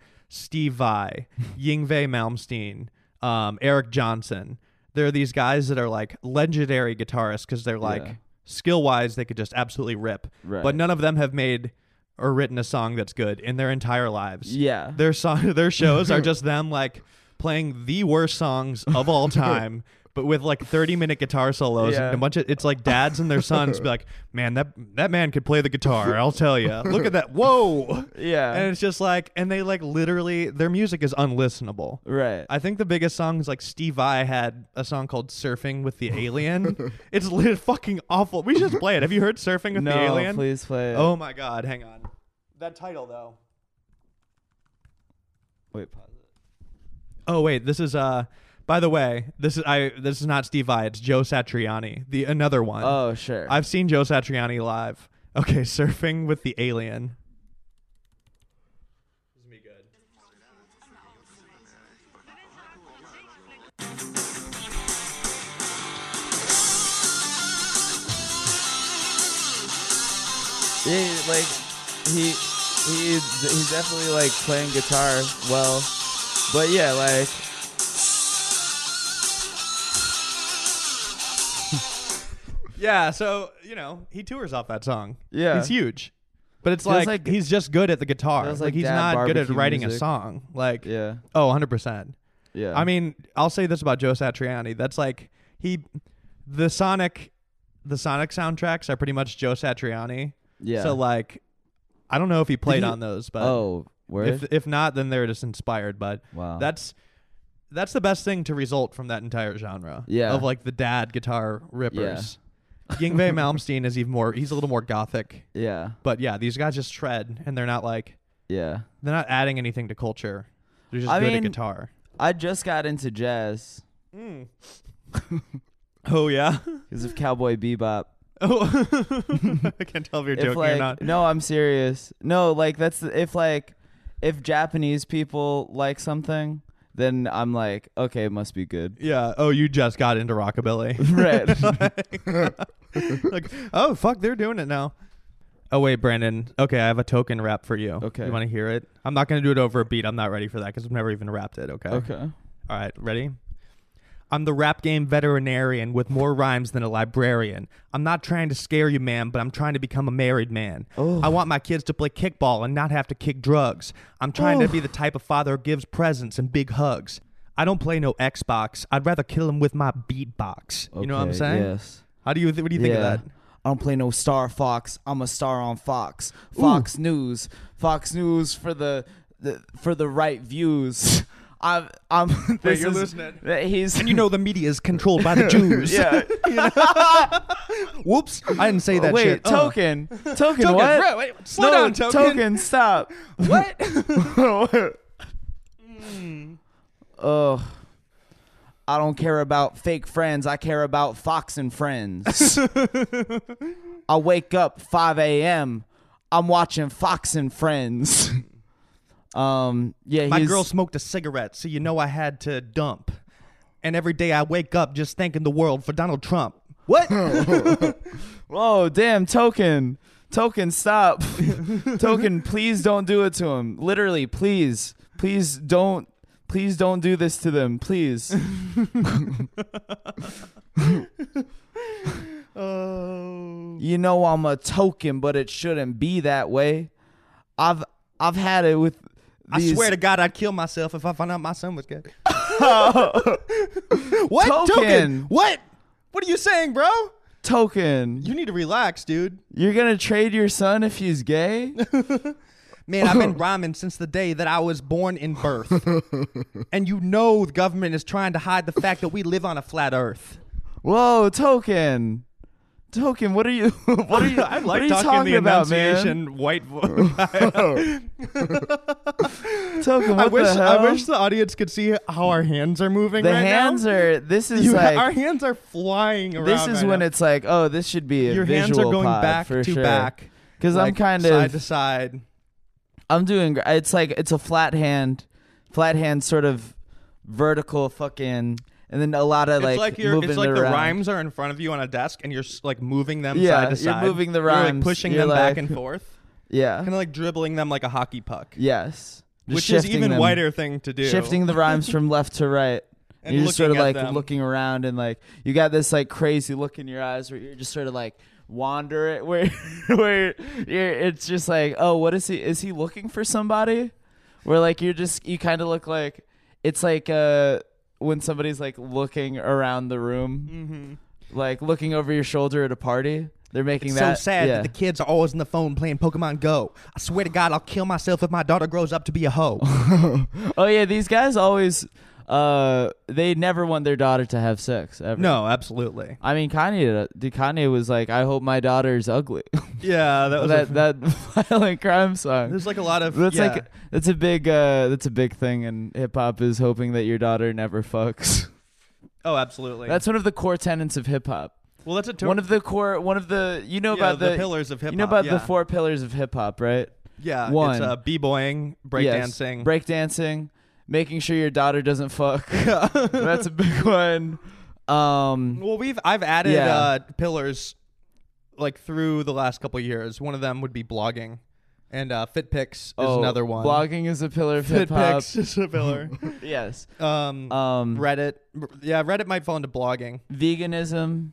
[SPEAKER 2] Steve Vai, Yingwie Malmsteen, um, Eric Johnson. There are these guys that are like legendary guitarists because they're like
[SPEAKER 1] Yeah.
[SPEAKER 2] skill wise they could just absolutely rip,
[SPEAKER 1] Right.
[SPEAKER 2] but none of them have made or written a song that's good in their entire lives
[SPEAKER 1] yeah.
[SPEAKER 2] their song their shows are just them like playing the worst songs of all time but with like 30 minute guitar solos
[SPEAKER 1] Yeah.
[SPEAKER 2] and a bunch of it's like dads and their sons be like man that that man could play the guitar i'll tell you look at that whoa
[SPEAKER 1] Yeah.
[SPEAKER 2] and it's just like and they like literally their music is unlistenable
[SPEAKER 1] right.
[SPEAKER 2] I think the biggest songs like Steve I had a song called "Surfing with the Alien." it's lit fucking awful. We should just play it. Have you heard "Surfing with
[SPEAKER 1] no,
[SPEAKER 2] the Alien"?
[SPEAKER 1] please play it.
[SPEAKER 2] Oh my god, hang on. That title though.
[SPEAKER 1] wait, pause it.
[SPEAKER 2] Oh wait, this is uh by the way, this is I this is not Steve Vai, it's Joe Satriani, the another one.
[SPEAKER 1] Oh, sure.
[SPEAKER 2] I've seen Joe Satriani live. Okay, surfing with the alien.
[SPEAKER 1] Yeah, like he he he's definitely like playing guitar well, but yeah, like
[SPEAKER 2] Yeah, so you know, he tours off that song.
[SPEAKER 1] Yeah.
[SPEAKER 2] He's huge. But it's
[SPEAKER 1] Feels
[SPEAKER 2] like,
[SPEAKER 1] like-
[SPEAKER 2] he's just good at the guitar.
[SPEAKER 1] feels
[SPEAKER 2] Like,
[SPEAKER 1] like
[SPEAKER 2] he's
[SPEAKER 1] dad
[SPEAKER 2] not good at
[SPEAKER 1] barbecue
[SPEAKER 2] writing a
[SPEAKER 1] music.
[SPEAKER 2] song. Like
[SPEAKER 1] yeah,
[SPEAKER 2] oh, 100%.
[SPEAKER 1] yeah.
[SPEAKER 2] I mean, I'll say this about Joe Satriani. That's like he the Sonic the Sonic soundtracks are pretty much Joe Satriani.
[SPEAKER 1] yeah.
[SPEAKER 2] So like, I don't know if he played
[SPEAKER 1] he-
[SPEAKER 2] on those, but
[SPEAKER 1] oh, word.
[SPEAKER 2] if if not, then they're just inspired. But
[SPEAKER 1] wow.
[SPEAKER 2] that's that's the best thing to result from that entire genre.
[SPEAKER 1] Yeah.
[SPEAKER 2] Of like the dad guitar rippers. Yngwie Malmsteen is even more. He's a little more gothic.
[SPEAKER 1] yeah,
[SPEAKER 2] But yeah, these guys just shred, and they're not like
[SPEAKER 1] yeah.
[SPEAKER 2] they're not adding anything to culture. They're just
[SPEAKER 1] I
[SPEAKER 2] good
[SPEAKER 1] mean-
[SPEAKER 2] at guitar.
[SPEAKER 1] I just got into jazz
[SPEAKER 2] Oh yeah.
[SPEAKER 1] because of Cowboy Bebop.
[SPEAKER 2] Oh, I can't tell if you're
[SPEAKER 1] If
[SPEAKER 2] joking
[SPEAKER 1] like
[SPEAKER 2] or not.
[SPEAKER 1] no, I'm serious. No, like that's the- if like if Japanese people like something, then I'm like okay, it must be good.
[SPEAKER 2] Yeah. Oh, you just got into rockabilly.
[SPEAKER 1] Right.
[SPEAKER 2] like, oh fuck, they're doing it now. Oh wait, Brandon. Okay, I have a token rap for you.
[SPEAKER 1] Okay.
[SPEAKER 2] You want to hear it? I'm not gonna do it over a beat. I'm not ready for that because I've never even rapped it. Okay.
[SPEAKER 1] okay.
[SPEAKER 2] All right. Ready? I'm the rap game veterinarian with more rhymes than a librarian. I'm not trying to scare you, man, but I'm trying to become a married man. I want my kids to play kickball and not have to kick drugs. I'm trying to be the type of father who gives presents and big hugs. I don't play no Xbox. I'd rather kill him with my beatbox. You know what I'm
[SPEAKER 1] Okay,
[SPEAKER 2] saying?
[SPEAKER 1] Yes.
[SPEAKER 2] How do you th- what do you think of that?
[SPEAKER 1] I don't play no Star Fox. I'm a star on Fox. Fox News. Fox News for the, the for the right views. I'm I'm this
[SPEAKER 2] you're
[SPEAKER 1] is-
[SPEAKER 2] losing it.
[SPEAKER 1] that He's
[SPEAKER 2] And you know the media is controlled by the Jews.
[SPEAKER 1] yeah.
[SPEAKER 2] Whoops. I didn't say that
[SPEAKER 1] Wait,
[SPEAKER 2] shit. Oh.
[SPEAKER 1] token. Token, what?
[SPEAKER 2] Right, wait, slow
[SPEAKER 1] no,
[SPEAKER 2] down, Token.
[SPEAKER 1] stop.
[SPEAKER 2] What? Hmm.
[SPEAKER 1] Ugh. I don't care about fake friends. I care about Fox and Friends. I wake up 5 a.m. I'm watching Fox and Friends. Um, yeah,
[SPEAKER 2] My
[SPEAKER 1] he's,
[SPEAKER 2] girl smoked a cigarette, so you know I had to dump. And every day I wake up just thanking the world for Donald Trump.
[SPEAKER 1] What? Whoa, damn, Token. Token, stop. Token, please don't do it to him. Literally, please. Please don't. Please don't do this to them. Please.
[SPEAKER 2] Oh.
[SPEAKER 1] You know I'm a token, but it shouldn't be that way. I've I've had it with
[SPEAKER 2] I
[SPEAKER 1] these
[SPEAKER 2] swear to God, I'd kill myself if I found out my son was gay. what
[SPEAKER 1] Token.
[SPEAKER 2] What? What are you saying, bro?
[SPEAKER 1] token.
[SPEAKER 2] You need to relax, dude.
[SPEAKER 1] You're gonna trade your son if he's gay?
[SPEAKER 2] Man, I've been rhyming since the day that I was born in birth. and you know the government is trying to hide the fact that we live on a flat earth.
[SPEAKER 1] Whoa, token. Token, what are you what are you
[SPEAKER 2] I
[SPEAKER 1] what
[SPEAKER 2] like
[SPEAKER 1] are you
[SPEAKER 2] talking,
[SPEAKER 1] talking
[SPEAKER 2] the
[SPEAKER 1] about, man?
[SPEAKER 2] enunciation white voice.
[SPEAKER 1] Token, what
[SPEAKER 2] I wish
[SPEAKER 1] the hell?
[SPEAKER 2] I wish the audience could see how our hands are moving
[SPEAKER 1] the
[SPEAKER 2] right
[SPEAKER 1] hands
[SPEAKER 2] now.
[SPEAKER 1] are this is
[SPEAKER 2] You-
[SPEAKER 1] like
[SPEAKER 2] our hands are flying around.
[SPEAKER 1] this is
[SPEAKER 2] right
[SPEAKER 1] when
[SPEAKER 2] now.
[SPEAKER 1] it's like oh this should be a
[SPEAKER 2] your hands
[SPEAKER 1] visual
[SPEAKER 2] are going
[SPEAKER 1] pod
[SPEAKER 2] back
[SPEAKER 1] for
[SPEAKER 2] to
[SPEAKER 1] sure.
[SPEAKER 2] back.
[SPEAKER 1] because I'm
[SPEAKER 2] like,
[SPEAKER 1] kind
[SPEAKER 2] side to
[SPEAKER 1] of
[SPEAKER 2] side.
[SPEAKER 1] I'm doing gr- it's like it's a flat hand, flat hand sort of vertical fucking and then a lot of
[SPEAKER 2] It's like,
[SPEAKER 1] like
[SPEAKER 2] you're,
[SPEAKER 1] moving
[SPEAKER 2] it's like the
[SPEAKER 1] around.
[SPEAKER 2] rhymes are in front of you on a desk, and you're s- like moving them
[SPEAKER 1] Yeah,
[SPEAKER 2] side to
[SPEAKER 1] you're
[SPEAKER 2] side.
[SPEAKER 1] moving the
[SPEAKER 2] like,
[SPEAKER 1] rhymes.
[SPEAKER 2] pushing
[SPEAKER 1] You're
[SPEAKER 2] them
[SPEAKER 1] like-
[SPEAKER 2] back and forth,
[SPEAKER 1] Yeah.
[SPEAKER 2] kind of like dribbling them like a hockey puck,
[SPEAKER 1] Yes. Just
[SPEAKER 2] which is
[SPEAKER 1] shifting
[SPEAKER 2] even
[SPEAKER 1] them.
[SPEAKER 2] whiter thing to do.
[SPEAKER 1] Shifting the rhymes from left to right.
[SPEAKER 2] And
[SPEAKER 1] you're just sort of like
[SPEAKER 2] looking at them.
[SPEAKER 1] looking around and like you got this like crazy look in your eyes where you're just sort of like wander it where where you're it's just like oh what is he is he looking for somebody where like you're just you kind of look like it's like uh when somebody's like looking around the room like looking over your shoulder at a party they're making
[SPEAKER 2] Mm-hmm.
[SPEAKER 1] that
[SPEAKER 2] It's so sad
[SPEAKER 1] yeah.
[SPEAKER 2] that the kids are always on the phone playing Pokemon Go. I swear to God, I'll kill myself if my daughter grows up to be a hoe.
[SPEAKER 1] oh yeah these guys always uh they never want their daughter to have sex ever
[SPEAKER 2] no, absolutely.
[SPEAKER 1] I mean, Kanye did. Kanye was like, "I hope my daughter's ugly."
[SPEAKER 2] Yeah, that was a-
[SPEAKER 1] that that violent crime song.
[SPEAKER 2] There's like a lot of
[SPEAKER 1] That's
[SPEAKER 2] yeah.
[SPEAKER 1] like that's a big uh, that's a big thing in hip hop is hoping that your daughter never fucks.
[SPEAKER 2] oh, absolutely.
[SPEAKER 1] That's one of the core tenets of hip hop.
[SPEAKER 2] well, that's a to-
[SPEAKER 1] One of the core one of the you know
[SPEAKER 2] yeah,
[SPEAKER 1] about the,
[SPEAKER 2] pillars of hip hop.
[SPEAKER 1] you know about
[SPEAKER 2] yeah.
[SPEAKER 1] the four pillars of hip hop, right?
[SPEAKER 2] Yeah,
[SPEAKER 1] One.
[SPEAKER 2] it's uh, b-boying,
[SPEAKER 1] Yes.
[SPEAKER 2] breakdancing.
[SPEAKER 1] breakdancing, making sure your daughter doesn't fuck. that's a big one. Um,
[SPEAKER 2] Well, we've I've added
[SPEAKER 1] Yeah.
[SPEAKER 2] uh, pillars like through the last couple of years. One of them would be blogging, and uh, FitPix is
[SPEAKER 1] oh,
[SPEAKER 2] another one.
[SPEAKER 1] Blogging is a pillar of hip hop.
[SPEAKER 2] FitPix is a pillar.
[SPEAKER 1] Yes.
[SPEAKER 2] um,
[SPEAKER 1] Um,
[SPEAKER 2] Reddit, yeah, Reddit might fall into blogging.
[SPEAKER 1] veganism.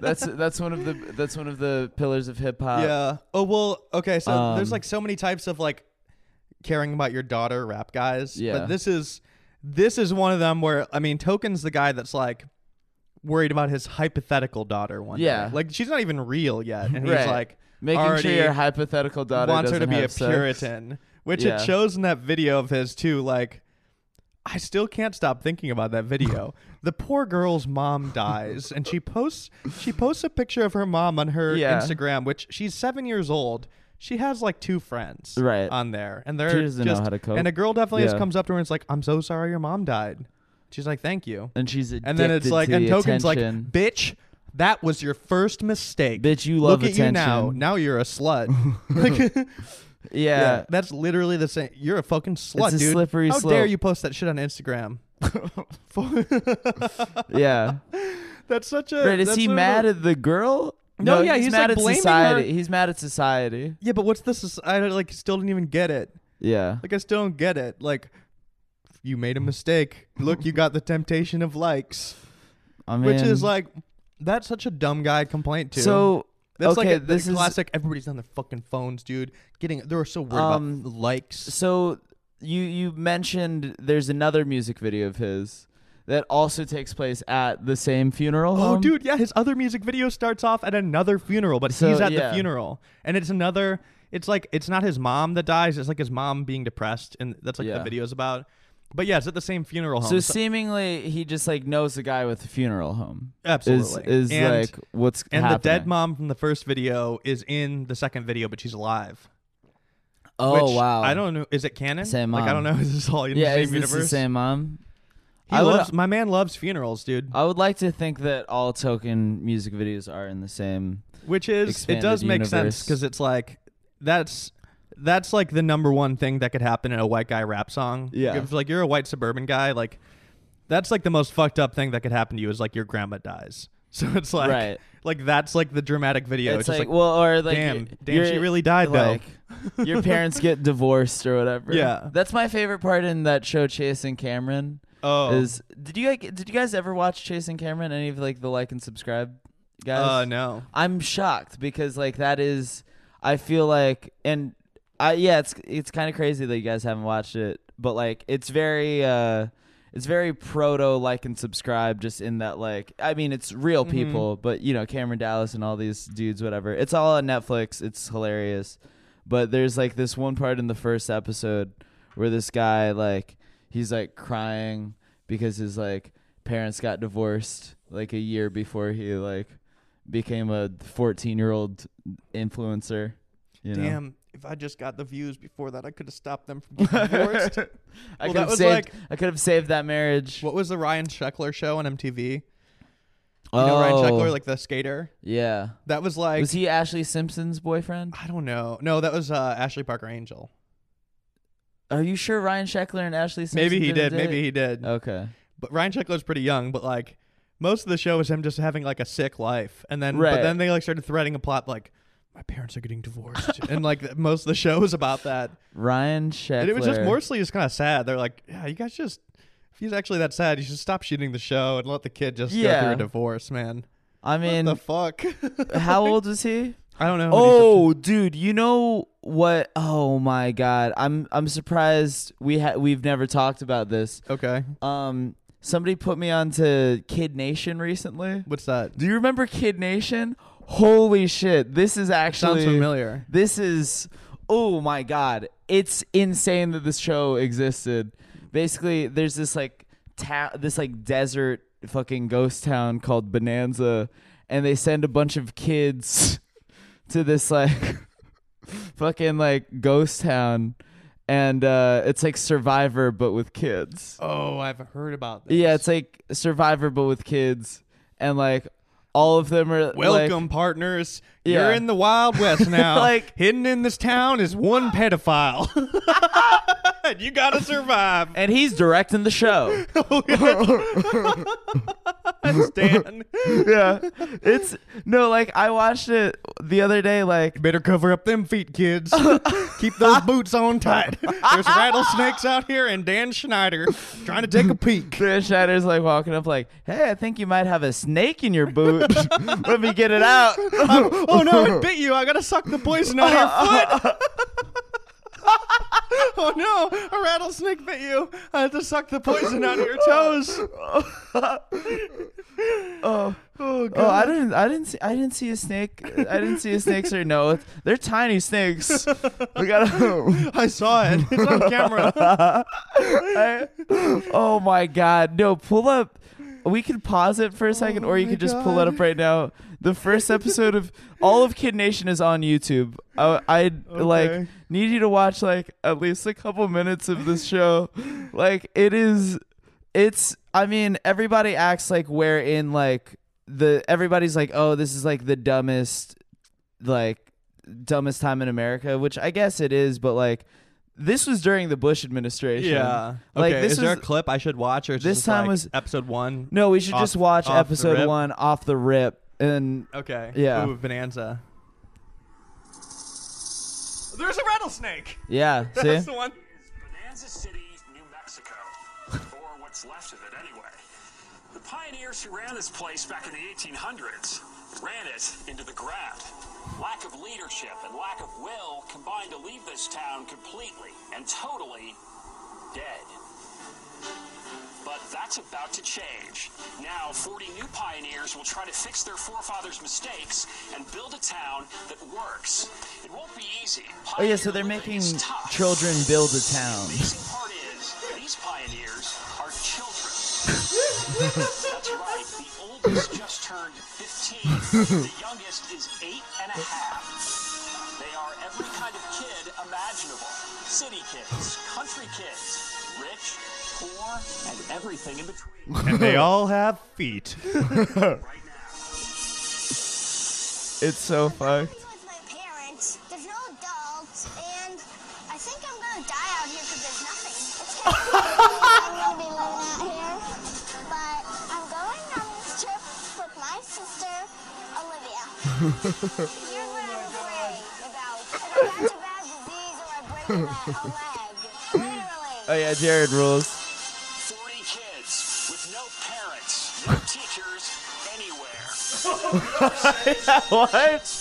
[SPEAKER 1] that's that's one of the that's one of the pillars of hip hop.
[SPEAKER 2] yeah. Oh well. Okay. So
[SPEAKER 1] um,
[SPEAKER 2] there's like so many types of like caring about your daughter rap guys.
[SPEAKER 1] Yeah.
[SPEAKER 2] But this is this is one of them where I mean Token's the guy that's like worried about his hypothetical daughter one day.
[SPEAKER 1] Yeah.
[SPEAKER 2] Like she's not even real yet, and
[SPEAKER 1] Right.
[SPEAKER 2] he's like
[SPEAKER 1] making
[SPEAKER 2] already
[SPEAKER 1] sure your hypothetical daughter
[SPEAKER 2] wants her to
[SPEAKER 1] doesn't
[SPEAKER 2] be a
[SPEAKER 1] have sex.
[SPEAKER 2] Puritan, which
[SPEAKER 1] Yeah.
[SPEAKER 2] it shows in that video of his too. Like, I still can't stop thinking about that video. the poor girl's mom dies, and she posts she posts a picture of her mom on her
[SPEAKER 1] Yeah.
[SPEAKER 2] Instagram, which she's seven years old. She has like two friends
[SPEAKER 1] Right.
[SPEAKER 2] on there, and they're
[SPEAKER 1] She doesn't know
[SPEAKER 2] just
[SPEAKER 1] how to cope.
[SPEAKER 2] and a girl definitely just
[SPEAKER 1] Yeah.
[SPEAKER 2] comes up to her and is like, "I'm so sorry, your mom died." She's like, "Thank you,"
[SPEAKER 1] And she's addicted
[SPEAKER 2] and then it's like,
[SPEAKER 1] to
[SPEAKER 2] and
[SPEAKER 1] the
[SPEAKER 2] Token's
[SPEAKER 1] attention.
[SPEAKER 2] like, "Bitch." That was your first mistake.
[SPEAKER 1] Bitch, you love
[SPEAKER 2] Look at you now.
[SPEAKER 1] attention."
[SPEAKER 2] Now you're a slut. Like-
[SPEAKER 1] yeah.
[SPEAKER 2] that's literally the same. You're a fucking slut,
[SPEAKER 1] a
[SPEAKER 2] dude.
[SPEAKER 1] slippery
[SPEAKER 2] How
[SPEAKER 1] slope.
[SPEAKER 2] dare you post that shit on Instagram?
[SPEAKER 1] yeah,
[SPEAKER 2] That's such a.
[SPEAKER 1] Right? Is
[SPEAKER 2] that's
[SPEAKER 1] he
[SPEAKER 2] sort of
[SPEAKER 1] mad
[SPEAKER 2] a-
[SPEAKER 1] at the girl?
[SPEAKER 2] No, yeah,
[SPEAKER 1] he's,
[SPEAKER 2] he's,
[SPEAKER 1] mad
[SPEAKER 2] like,
[SPEAKER 1] at
[SPEAKER 2] blaming
[SPEAKER 1] society.
[SPEAKER 2] her.
[SPEAKER 1] He's mad at society.
[SPEAKER 2] yeah, but what's this? I like still didn't even get it.
[SPEAKER 1] Yeah,
[SPEAKER 2] Like I still don't get it. Like you made a mistake. Look, you got the temptation of likes,
[SPEAKER 1] I mean,
[SPEAKER 2] which is like that's such a dumb guy complaint too.
[SPEAKER 1] so.
[SPEAKER 2] that's
[SPEAKER 1] okay,
[SPEAKER 2] like a,
[SPEAKER 1] this
[SPEAKER 2] the
[SPEAKER 1] is
[SPEAKER 2] classic. everybody's on their fucking phones, dude. Getting they're so worried
[SPEAKER 1] Um,
[SPEAKER 2] about likes.
[SPEAKER 1] So you you mentioned there's another music video of his that also takes place at the same funeral.
[SPEAKER 2] Oh,
[SPEAKER 1] home.
[SPEAKER 2] dude, yeah. His other music video starts off at another funeral, but
[SPEAKER 1] So,
[SPEAKER 2] he's at
[SPEAKER 1] yeah.
[SPEAKER 2] the funeral, and it's another. It's like it's not his mom that dies. It's like his mom being depressed, and that's like
[SPEAKER 1] Yeah.
[SPEAKER 2] the video's about. But yeah, it's at the same funeral home.
[SPEAKER 1] So
[SPEAKER 2] So-
[SPEAKER 1] seemingly, he just like knows the guy with the funeral home.
[SPEAKER 2] Absolutely.
[SPEAKER 1] is, is
[SPEAKER 2] And-
[SPEAKER 1] like what's
[SPEAKER 2] and the
[SPEAKER 1] happening.
[SPEAKER 2] dead mom from the first video is in the second video, but she's alive.
[SPEAKER 1] Oh
[SPEAKER 2] which
[SPEAKER 1] wow!
[SPEAKER 2] I don't know. Is it canon?
[SPEAKER 1] Same
[SPEAKER 2] Like I don't know.
[SPEAKER 1] mom.
[SPEAKER 2] Is this all in
[SPEAKER 1] Yeah,
[SPEAKER 2] the same
[SPEAKER 1] is this
[SPEAKER 2] universe?
[SPEAKER 1] the same mom?
[SPEAKER 2] He
[SPEAKER 1] I would-
[SPEAKER 2] loves. My man loves funerals, dude.
[SPEAKER 1] I would like to think that all token music videos are in the same.
[SPEAKER 2] Which is it
[SPEAKER 1] expanded
[SPEAKER 2] does make sense
[SPEAKER 1] universe.
[SPEAKER 2] because it's like that's that's like the number one thing that could happen in a white guy rap song.
[SPEAKER 1] Yeah.
[SPEAKER 2] If like you're a white suburban guy, like that's like the most fucked up thing that could happen to you is like your grandma dies. So it's like
[SPEAKER 1] Right.
[SPEAKER 2] like that's like the dramatic video.
[SPEAKER 1] it's
[SPEAKER 2] just
[SPEAKER 1] like, well, or like,
[SPEAKER 2] damn,
[SPEAKER 1] y-
[SPEAKER 2] damn, she
[SPEAKER 1] you're-
[SPEAKER 2] really died though.
[SPEAKER 1] like, your parents get divorced or whatever.
[SPEAKER 2] Yeah.
[SPEAKER 1] that's my favorite part in that show, Chasing Cameron.
[SPEAKER 2] Oh.
[SPEAKER 1] is did you guys did you guys ever watch Chasing Cameron? Any of like the like and subscribe guys?
[SPEAKER 2] uh no.
[SPEAKER 1] I'm shocked because like that is I feel like and I yeah, it's it's kind of crazy that you guys haven't watched it, but like it's very uh it's very proto like and subscribe just in that like I mean it's real people, but you know, Cameron Dallas and all these dudes whatever. It's all on Netflix. It's hilarious. But there's like this one part in the first episode where this guy like he's like crying because his like parents got divorced like a year before he like became a 14 year old influencer. You know?
[SPEAKER 2] Damn, if I just got the views before that I could have stopped them from getting
[SPEAKER 1] I
[SPEAKER 2] divorced. Well,
[SPEAKER 1] could
[SPEAKER 2] that
[SPEAKER 1] have
[SPEAKER 2] was
[SPEAKER 1] saved.
[SPEAKER 2] like-
[SPEAKER 1] I could have saved that marriage.
[SPEAKER 2] what was the Ryan Scheckler show on MTV?
[SPEAKER 1] oh,
[SPEAKER 2] You know Ryan Scheckler, like the skater?
[SPEAKER 1] yeah.
[SPEAKER 2] That was like
[SPEAKER 1] Oh. Was he Ashley Simpson's boyfriend?
[SPEAKER 2] I don't know. No, that was uh, Ashley Parker Angel.
[SPEAKER 1] Are you sure Ryan Scheckler and Ashley Simpson?
[SPEAKER 2] Maybe he
[SPEAKER 1] didn't
[SPEAKER 2] did. Maybe he did.
[SPEAKER 1] date? Okay.
[SPEAKER 2] But Ryan Sheckler's pretty young, but like most of the show was him just having like a sick life, and then
[SPEAKER 1] Right.
[SPEAKER 2] but then they like started threading a plot like my parents are getting divorced, and like th- most of the show was about that,
[SPEAKER 1] Ryan Scheckler.
[SPEAKER 2] and it was just mostly just kind of sad. They're like, yeah, you guys just if he's actually that sad, you should stop shooting the show and let the kid just go
[SPEAKER 1] Yeah.
[SPEAKER 2] through a divorce, man.
[SPEAKER 1] I mean,
[SPEAKER 2] what the fuck?
[SPEAKER 1] how old was he?
[SPEAKER 2] I don't know. what
[SPEAKER 1] Oh, dude, you know what? Oh my god, I'm I'm surprised we ha- we've never talked about this.
[SPEAKER 2] he's- okay,
[SPEAKER 1] Um, somebody put me onto Kid Nation recently.
[SPEAKER 2] what's that?
[SPEAKER 1] Do you remember Kid Nation? Holy shit, this is actually
[SPEAKER 2] Sounds familiar.
[SPEAKER 1] This is oh my god, it's insane that this show existed. Basically, there's this like ta- this like desert fucking ghost town called Bonanza, and they send a bunch of kids to this like fucking like ghost town, and uh, it's like Survivor but with kids.
[SPEAKER 2] Oh, I've heard about this.
[SPEAKER 1] Yeah, it's like Survivor but with kids, and like all of them are like-
[SPEAKER 2] Welcome, partners. You're
[SPEAKER 1] Yeah.
[SPEAKER 2] in the Wild West now.
[SPEAKER 1] Like-
[SPEAKER 2] hidden in this town is one pedophile. and you gotta survive.
[SPEAKER 1] and he's directing the show.
[SPEAKER 2] Stan.
[SPEAKER 1] yeah, it's no like I watched it the other day. Like
[SPEAKER 2] Better cover up them feet, kids. Keep those boots on tight. There's rattlesnakes out here, and Dan Schneider trying to take a peek.
[SPEAKER 1] Chris Schneider's like walking up, like, "Hey, I think you might have a snake in your boot. Let me get it out."
[SPEAKER 2] Oh no, it bit you. I gotta suck the poison out of your foot. oh no, a rattlesnake bit you. I have to suck the poison out of your toes.
[SPEAKER 1] Oh, oh, I didn't, I didn't see, I didn't see a snake. I didn't see a snake. Sir, no, it's- they're tiny snakes. We gotta.
[SPEAKER 2] I saw it. It's on camera.
[SPEAKER 1] I- oh my god no pull up we could pause it for a second or you
[SPEAKER 2] Oh my
[SPEAKER 1] could just pull it
[SPEAKER 2] God.
[SPEAKER 1] up right now the first episode of all of kid nation is on youtube i, I
[SPEAKER 2] Okay.
[SPEAKER 1] like need you to watch like at least a couple minutes of this show like it is it's i mean everybody acts like we're in like the everybody's like oh this is like the dumbest like dumbest time in america which i guess it is but like this was during the bush administration
[SPEAKER 2] yeah.
[SPEAKER 1] like
[SPEAKER 2] okay.
[SPEAKER 1] this
[SPEAKER 2] is there a
[SPEAKER 1] was-
[SPEAKER 2] clip I should watch, or is
[SPEAKER 1] this
[SPEAKER 2] just,
[SPEAKER 1] time
[SPEAKER 2] like,
[SPEAKER 1] was-
[SPEAKER 2] episode one?
[SPEAKER 1] no, we should
[SPEAKER 2] Off-
[SPEAKER 1] just watch
[SPEAKER 2] off the
[SPEAKER 1] episode
[SPEAKER 2] rip?
[SPEAKER 1] one off the rip. And
[SPEAKER 2] Okay.
[SPEAKER 1] Yeah.
[SPEAKER 2] Ooh, Bonanza. There's a rattlesnake.
[SPEAKER 1] yeah, see?
[SPEAKER 2] That's the one.
[SPEAKER 4] is Bonanza City, New Mexico, or what's left of it anyway. The pioneers who ran this place back in the 1800s ran it into the ground. Lack of leadership and lack of will combined to leave this town completely and totally dead. But that's about to change. Now, 40 new pioneers will try to fix their forefathers' mistakes and build a town that works. It won't be easy.
[SPEAKER 1] Oh, yeah, so they're
[SPEAKER 4] Pioneer living
[SPEAKER 1] making
[SPEAKER 4] is tough.
[SPEAKER 1] children build a town.
[SPEAKER 4] amazing part is, these pioneers are children. That's right, the oldest just turned 15, the youngest is eight and a half. They are every kind of kid imaginable city kids, country kids, rich, poor, and everything in between.
[SPEAKER 2] and they all have feet.
[SPEAKER 4] Right now.
[SPEAKER 1] It's so fucked.
[SPEAKER 5] with my parents. There's no adults, and gonna be living out here, but I'm going on this trip with my sister, Olivia. Here's what I'm worried about. If I catch a bad disease or I break a, a leg, literally.
[SPEAKER 1] Oh yeah, Jared rules.
[SPEAKER 4] 40 kids with no parents, no teachers, anywhere.
[SPEAKER 1] what?
[SPEAKER 4] Two.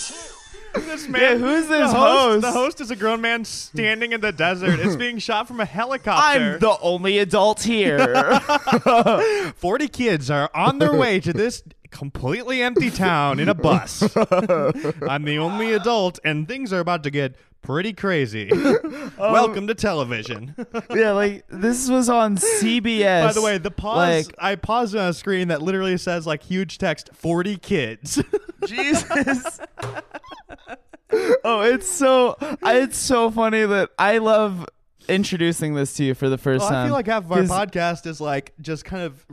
[SPEAKER 2] This man,
[SPEAKER 1] who's this
[SPEAKER 2] the host?
[SPEAKER 1] host?
[SPEAKER 2] The host is a grown man standing in the desert. It's being shot from a helicopter.
[SPEAKER 1] I'm the only adult here.
[SPEAKER 2] 40 kids are on their way to this completely empty town in a bus. I'm the only adult, and things are about to get pretty crazy.
[SPEAKER 1] Um,
[SPEAKER 2] Welcome to television.
[SPEAKER 1] yeah, like this was on CBS.
[SPEAKER 2] By the way, the pause
[SPEAKER 1] Like,
[SPEAKER 2] I paused on a screen that literally says like huge text 40 kids.
[SPEAKER 1] Jesus. oh, it's so I- it's so funny that I love introducing this to you for the first
[SPEAKER 2] Well,
[SPEAKER 1] time.
[SPEAKER 2] I feel like half of our
[SPEAKER 1] 'cause-
[SPEAKER 2] podcast is like just kind of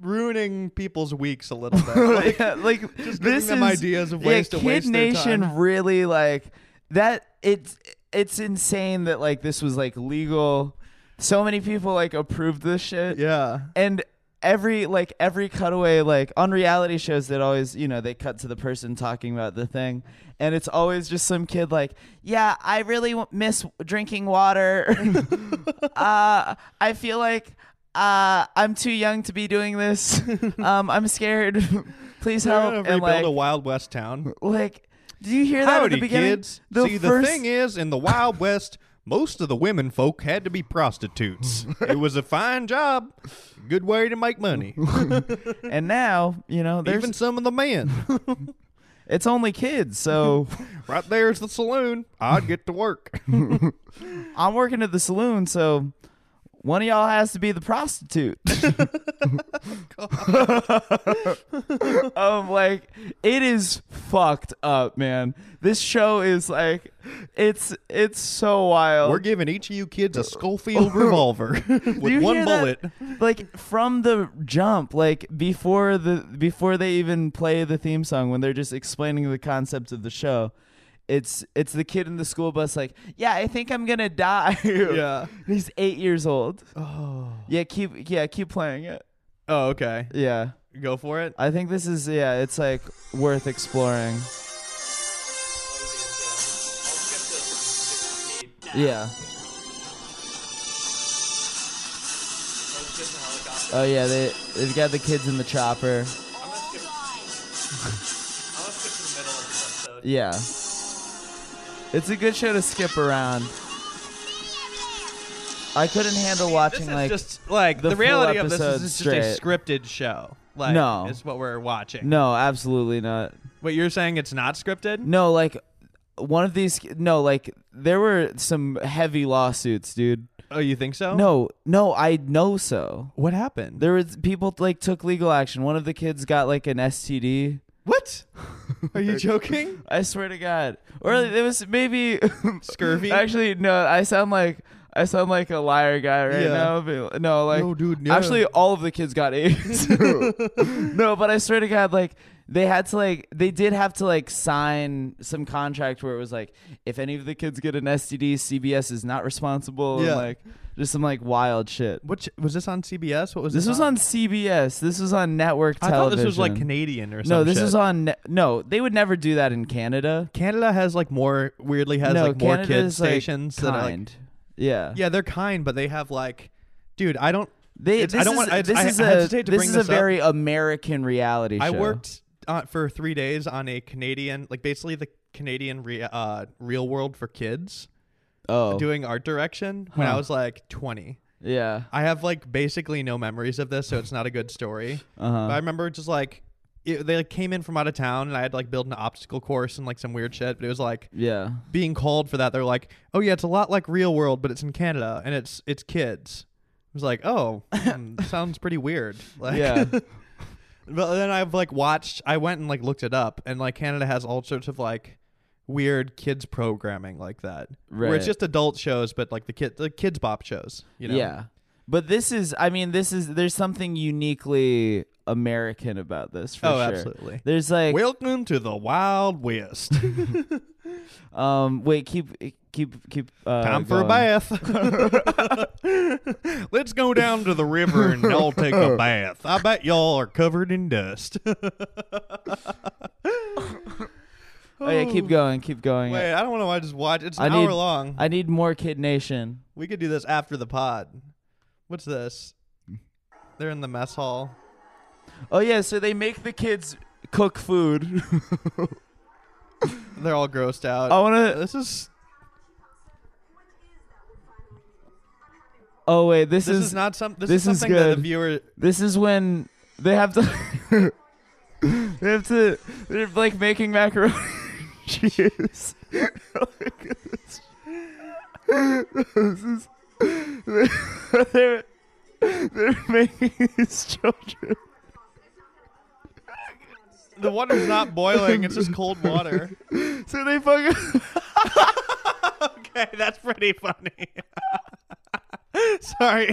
[SPEAKER 2] ruining people's weeks a little bit. Like,
[SPEAKER 1] yeah, like
[SPEAKER 2] just giving
[SPEAKER 1] this
[SPEAKER 2] them
[SPEAKER 1] is,
[SPEAKER 2] ideas of
[SPEAKER 1] yeah,
[SPEAKER 2] ways to
[SPEAKER 1] Kid
[SPEAKER 2] waste their
[SPEAKER 1] Nation
[SPEAKER 2] time.
[SPEAKER 1] really like that. It's it's insane that like this was like legal. So many people like approved this shit.
[SPEAKER 2] yeah.
[SPEAKER 1] and every like every cutaway like on reality shows that always you know they cut to the person talking about the thing and it's always just some kid like yeah i really w- miss drinking water uh, i feel like uh, i'm too young to be doing this um, i'm scared please
[SPEAKER 2] They're
[SPEAKER 1] help
[SPEAKER 2] gonna
[SPEAKER 1] and
[SPEAKER 2] rebuild
[SPEAKER 1] like,
[SPEAKER 2] a Wild West town.
[SPEAKER 1] like do you hear that at
[SPEAKER 2] Howdy,
[SPEAKER 1] the beginning
[SPEAKER 2] kids. See, the thing is, in the Wild West, most of the women folk had to be prostitutes. it was a fine job, good way to make money.
[SPEAKER 1] and now you know there's
[SPEAKER 2] Even some of the men.
[SPEAKER 1] it's only kids so
[SPEAKER 2] right there's the saloon. I'd get to work.
[SPEAKER 1] I'm working at the saloon, so one of y'all has to be the prostitute. um, like it is fucked up, man. This show is like, it's it's so wild.
[SPEAKER 2] We're giving each of you kids a Schofield revolver
[SPEAKER 1] Do
[SPEAKER 2] with
[SPEAKER 1] you
[SPEAKER 2] one
[SPEAKER 1] hear that?
[SPEAKER 2] bullet.
[SPEAKER 1] Like from the jump, like before the before they even play the theme song, when they're just explaining the concept of the show, it's it's the kid in the school bus, like, yeah, I think I'm gonna die.
[SPEAKER 2] Yeah.
[SPEAKER 1] he's eight years old. Oh, yeah, keep yeah keep playing it.
[SPEAKER 2] Oh, okay.
[SPEAKER 1] Yeah,
[SPEAKER 2] Go for it.
[SPEAKER 1] I think this is yeah, it's like worth exploring. Yeah. Oh yeah, they they've got the kids in the chopper. Yeah. It's a good show to skip around. I couldn't handle watching
[SPEAKER 2] This is
[SPEAKER 1] like
[SPEAKER 2] just like the,
[SPEAKER 1] the full
[SPEAKER 2] reality of this is
[SPEAKER 1] episode
[SPEAKER 2] it's just a
[SPEAKER 1] straight.
[SPEAKER 2] scripted show. Like,
[SPEAKER 1] No.
[SPEAKER 2] it's what we're watching.
[SPEAKER 1] no, absolutely not.
[SPEAKER 2] But you're saying it's not scripted?
[SPEAKER 1] No, like one of these no, like there were some heavy lawsuits, dude.
[SPEAKER 2] Oh, you think so?
[SPEAKER 1] No, no, I know so.
[SPEAKER 2] What happened?
[SPEAKER 1] There was people like took legal action. One of the kids got like an STD.
[SPEAKER 2] What? Are you joking?
[SPEAKER 1] I swear to God. Or it was maybe
[SPEAKER 2] Scurvy?
[SPEAKER 1] Actually, no. I sound like I sound like a liar guy right
[SPEAKER 2] Yeah.
[SPEAKER 1] now. but- No, like
[SPEAKER 2] No, dude, yeah.
[SPEAKER 1] actually, all of the kids got AIDS. no, but I swear to God, like they had to like they did have to like sign some contract where it was like if any of the kids get an STD, CBS is not responsible.
[SPEAKER 2] Yeah.
[SPEAKER 1] And, like just some like wild shit.
[SPEAKER 2] Which was this on CBS? What was
[SPEAKER 1] This was on CBS. This was on network
[SPEAKER 2] I
[SPEAKER 1] television.
[SPEAKER 2] thought this was like Canadian or something.
[SPEAKER 1] No, this is on. ne- No, they would never do that in Canada.
[SPEAKER 2] Canada has like more weirdly has
[SPEAKER 1] no,
[SPEAKER 2] like more
[SPEAKER 1] Canada
[SPEAKER 2] kids
[SPEAKER 1] is, like,
[SPEAKER 2] stations that are, like-
[SPEAKER 1] kind. yeah.
[SPEAKER 2] yeah, they're kind, but they have like, dude, I don't.
[SPEAKER 1] They,
[SPEAKER 2] it's-
[SPEAKER 1] this
[SPEAKER 2] I don't
[SPEAKER 1] is,
[SPEAKER 2] want. I,
[SPEAKER 1] this
[SPEAKER 2] I,
[SPEAKER 1] is
[SPEAKER 2] I
[SPEAKER 1] a,
[SPEAKER 2] hesitate to
[SPEAKER 1] this
[SPEAKER 2] bring
[SPEAKER 1] is
[SPEAKER 2] this
[SPEAKER 1] a
[SPEAKER 2] up.
[SPEAKER 1] very American reality show.
[SPEAKER 2] I worked uh, for three days on a Canadian, like basically the Canadian re- uh, real world for kids,
[SPEAKER 1] Oh,
[SPEAKER 2] doing art direction when I
[SPEAKER 1] Huh.
[SPEAKER 2] was like 20.
[SPEAKER 1] yeah.
[SPEAKER 2] I have like basically no memories of this, so it's not a good story.
[SPEAKER 1] Uh-huh.
[SPEAKER 2] But I remember just like it, they like came in from out of town, and I had to, like build an obstacle course and like some weird shit. But it was like
[SPEAKER 1] Yeah.
[SPEAKER 2] being called for that. They're like, oh yeah, it's a lot like real world, but it's in Canada and it's it's kids. I was like, oh, hmm, sounds pretty weird. Like,
[SPEAKER 1] Yeah.
[SPEAKER 2] But then I've like watched. I went and like looked it up, and like Canada has all sorts of like weird kids programming like that, where
[SPEAKER 1] Right.
[SPEAKER 2] it's just adult shows, but like the kid the kids bop shows. You know?
[SPEAKER 1] Yeah. But this is, I mean, this is, there's something uniquely American about this for
[SPEAKER 2] Oh,
[SPEAKER 1] sure.
[SPEAKER 2] absolutely.
[SPEAKER 1] There's like,
[SPEAKER 2] Welcome to the Wild West.
[SPEAKER 1] Um, wait, keep keep keep. Uh,
[SPEAKER 2] Time for a
[SPEAKER 1] going.
[SPEAKER 2] bath. Let's go down to the river and all take a bath. I bet y'all are covered in dust.
[SPEAKER 1] Oh, yeah, keep going, keep going.
[SPEAKER 2] Wait, I don't want to watch, just watch. It's
[SPEAKER 1] I
[SPEAKER 2] an
[SPEAKER 1] need-
[SPEAKER 2] hour long.
[SPEAKER 1] I need more Kid Nation.
[SPEAKER 2] we could do this after the pod. What's this? They're in the mess hall.
[SPEAKER 1] Oh yeah, so they make the kids cook food.
[SPEAKER 2] They're all grossed out.
[SPEAKER 1] I wanna.
[SPEAKER 2] this is
[SPEAKER 1] Oh wait, this,
[SPEAKER 2] this
[SPEAKER 1] is,
[SPEAKER 2] is not some. This,
[SPEAKER 1] this
[SPEAKER 2] is
[SPEAKER 1] is
[SPEAKER 2] something that the
[SPEAKER 1] good.
[SPEAKER 2] viewer.
[SPEAKER 1] This is when they have to. they have to. They're like making macaroni and cheese. this is. They're, they're making these children.
[SPEAKER 2] The water's not boiling. It's just cold water.
[SPEAKER 1] So they fucking.
[SPEAKER 2] Okay, that's pretty funny. sorry,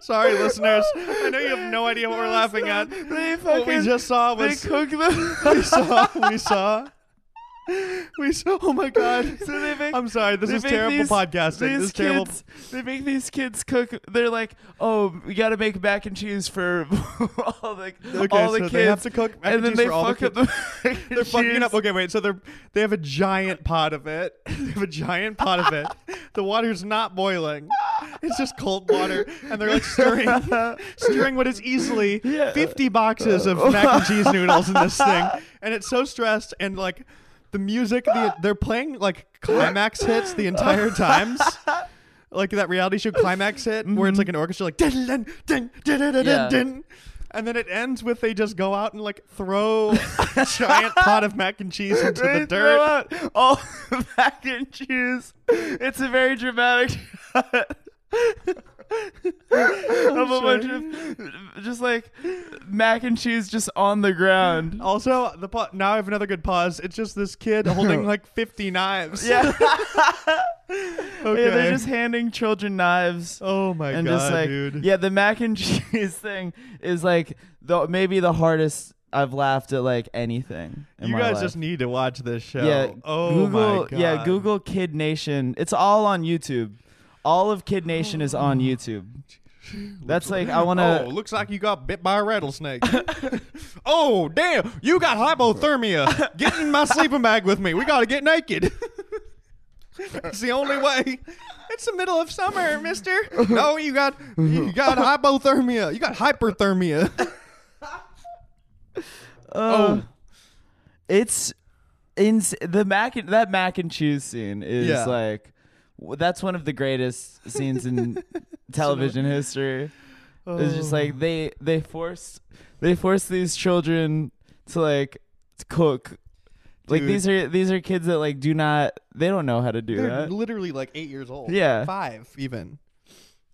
[SPEAKER 2] sorry, listeners. I know you have no idea what we're laughing at.
[SPEAKER 1] They fucking.
[SPEAKER 2] What we just saw
[SPEAKER 1] they
[SPEAKER 2] was
[SPEAKER 1] cook them.
[SPEAKER 2] we saw we saw we saw. Oh my god!
[SPEAKER 1] So they make,
[SPEAKER 2] I'm sorry. This
[SPEAKER 1] they
[SPEAKER 2] is
[SPEAKER 1] make
[SPEAKER 2] terrible
[SPEAKER 1] these- These
[SPEAKER 2] podcasting. This is
[SPEAKER 1] kids,
[SPEAKER 2] terrible.
[SPEAKER 1] They make these kids cook. They're like, oh, we got to make mac and cheese for all the
[SPEAKER 2] Okay,
[SPEAKER 1] all the
[SPEAKER 2] so
[SPEAKER 1] kids.
[SPEAKER 2] they have to cook mac
[SPEAKER 1] and
[SPEAKER 2] and
[SPEAKER 1] then
[SPEAKER 2] cheese
[SPEAKER 1] they
[SPEAKER 2] for all the
[SPEAKER 1] fuck up the.
[SPEAKER 2] kids.
[SPEAKER 1] mac and
[SPEAKER 2] They're fucking it up.
[SPEAKER 1] cheese.
[SPEAKER 2] Okay, wait. So they're they have a giant pot of it. They have a giant pot of it. The water's not boiling. It's just cold water, and they're like stirring, stirring what is easily
[SPEAKER 1] Yeah.
[SPEAKER 2] fifty boxes of mac and cheese noodles in this thing, and it's so stressed and like the music. The, they're playing like climax hits the entire times. Like that reality show climax hit where it's like an orchestra, like dun dun dun dun dun dun
[SPEAKER 1] Yeah.
[SPEAKER 2] dun. And then it ends with they just go out and like throw a giant pot of mac and cheese into
[SPEAKER 1] They
[SPEAKER 2] the
[SPEAKER 1] throw
[SPEAKER 2] dirt.
[SPEAKER 1] out all the mac and cheese. It's a very dramatic shot of a bunch of just like mac and cheese just on the ground.
[SPEAKER 2] Also, the pa- now I have another good pause. It's just this kid holding like 50 knives.
[SPEAKER 1] Yeah.
[SPEAKER 2] okay.
[SPEAKER 1] Yeah, they're just handing children knives.
[SPEAKER 2] oh my
[SPEAKER 1] and
[SPEAKER 2] god,
[SPEAKER 1] just like
[SPEAKER 2] dude.
[SPEAKER 1] yeah, the mac and cheese thing is like the maybe the hardest I've laughed at like anything. In
[SPEAKER 2] you
[SPEAKER 1] my
[SPEAKER 2] guys
[SPEAKER 1] life.
[SPEAKER 2] just need to watch this show.
[SPEAKER 1] yeah.
[SPEAKER 2] oh
[SPEAKER 1] Google
[SPEAKER 2] my god.
[SPEAKER 1] yeah Google Kid Nation. It's all on YouTube. All of Kid Nation is on YouTube. That's like I want
[SPEAKER 2] Oh,
[SPEAKER 1] to.
[SPEAKER 2] looks like you got bit by a rattlesnake. oh, damn. You got hypothermia. Get in my sleeping bag with me. We got to get naked. it's the only way. It's the middle of summer, mister. No, you got you got hypothermia. You got hyperthermia.
[SPEAKER 1] oh, it's in the mac and that mac and cheese scene is
[SPEAKER 2] Yeah.
[SPEAKER 1] like w- that's one of the greatest scenes in television history. It's just
[SPEAKER 2] Oh.
[SPEAKER 1] like they they forced they forced these children to like to cook. Like
[SPEAKER 2] Dude.
[SPEAKER 1] these are these are kids that like do not they don't know how to do
[SPEAKER 2] They're
[SPEAKER 1] that.
[SPEAKER 2] literally like 8 years old.
[SPEAKER 1] Yeah.
[SPEAKER 2] 5 even.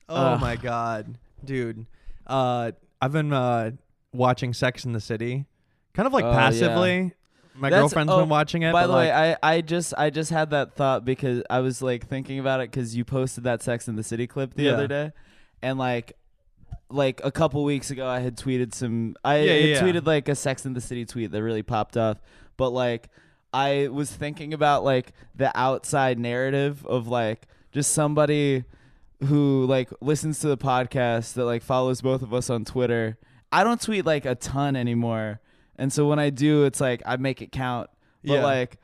[SPEAKER 2] Oh
[SPEAKER 1] Ugh.
[SPEAKER 2] my god. Dude. Uh I've been uh watching Sex in the City kind of like
[SPEAKER 1] Oh, yeah.
[SPEAKER 2] passively. My
[SPEAKER 1] That's-
[SPEAKER 2] girlfriend's
[SPEAKER 1] oh,
[SPEAKER 2] been watching it.
[SPEAKER 1] By
[SPEAKER 2] but
[SPEAKER 1] the
[SPEAKER 2] like,
[SPEAKER 1] way, I, I just I just had that thought because I was like thinking about it because you posted that Sex in the City clip the
[SPEAKER 2] Yeah.
[SPEAKER 1] other day, and like like a couple weeks ago I had tweeted some I
[SPEAKER 2] Yeah,
[SPEAKER 1] had
[SPEAKER 2] yeah, yeah.
[SPEAKER 1] tweeted like a Sex in the City tweet that really popped off, but like I was thinking about like the outside narrative of like just somebody who like listens to the podcast that like follows both of us on Twitter. I don't tweet like a ton anymore. And so when I do, it's like I make it count. But
[SPEAKER 2] Yeah.
[SPEAKER 1] like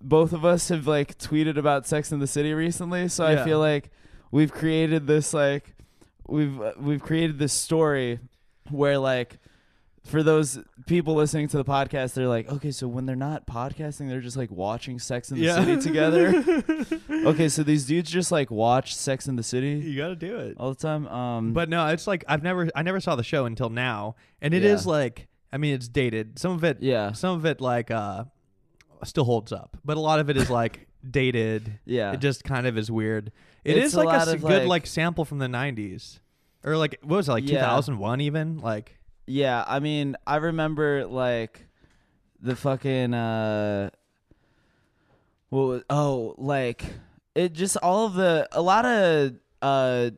[SPEAKER 1] both of us have like tweeted about Sex in the City recently, so
[SPEAKER 2] Yeah.
[SPEAKER 1] I feel like we've created this like we've uh, we've created this story where like for those people listening to the podcast, they're like, okay, so when they're not podcasting, they're just like watching Sex in the
[SPEAKER 2] Yeah.
[SPEAKER 1] City together. okay, so these dudes just like watch Sex in the City
[SPEAKER 2] you got to do it.
[SPEAKER 1] all the time. Um,
[SPEAKER 2] Oh. But no, it's like I've never I never saw the show until now, and it is
[SPEAKER 1] Yeah.
[SPEAKER 2] like I mean it's dated. Some of it,
[SPEAKER 1] Yeah.
[SPEAKER 2] Some of it like uh still holds up, but a lot of it is like dated.
[SPEAKER 1] Yeah.
[SPEAKER 2] it just kind of is weird. It
[SPEAKER 1] It's
[SPEAKER 2] is
[SPEAKER 1] a
[SPEAKER 2] like a,
[SPEAKER 1] lot
[SPEAKER 2] s-
[SPEAKER 1] of,
[SPEAKER 2] good like,
[SPEAKER 1] like-
[SPEAKER 2] sample from the '90s, or like what was it like
[SPEAKER 1] Yeah.
[SPEAKER 2] 2001 even like.
[SPEAKER 1] Yeah, I mean, I remember like the fucking uh what was oh, like it just all of the a lot of uh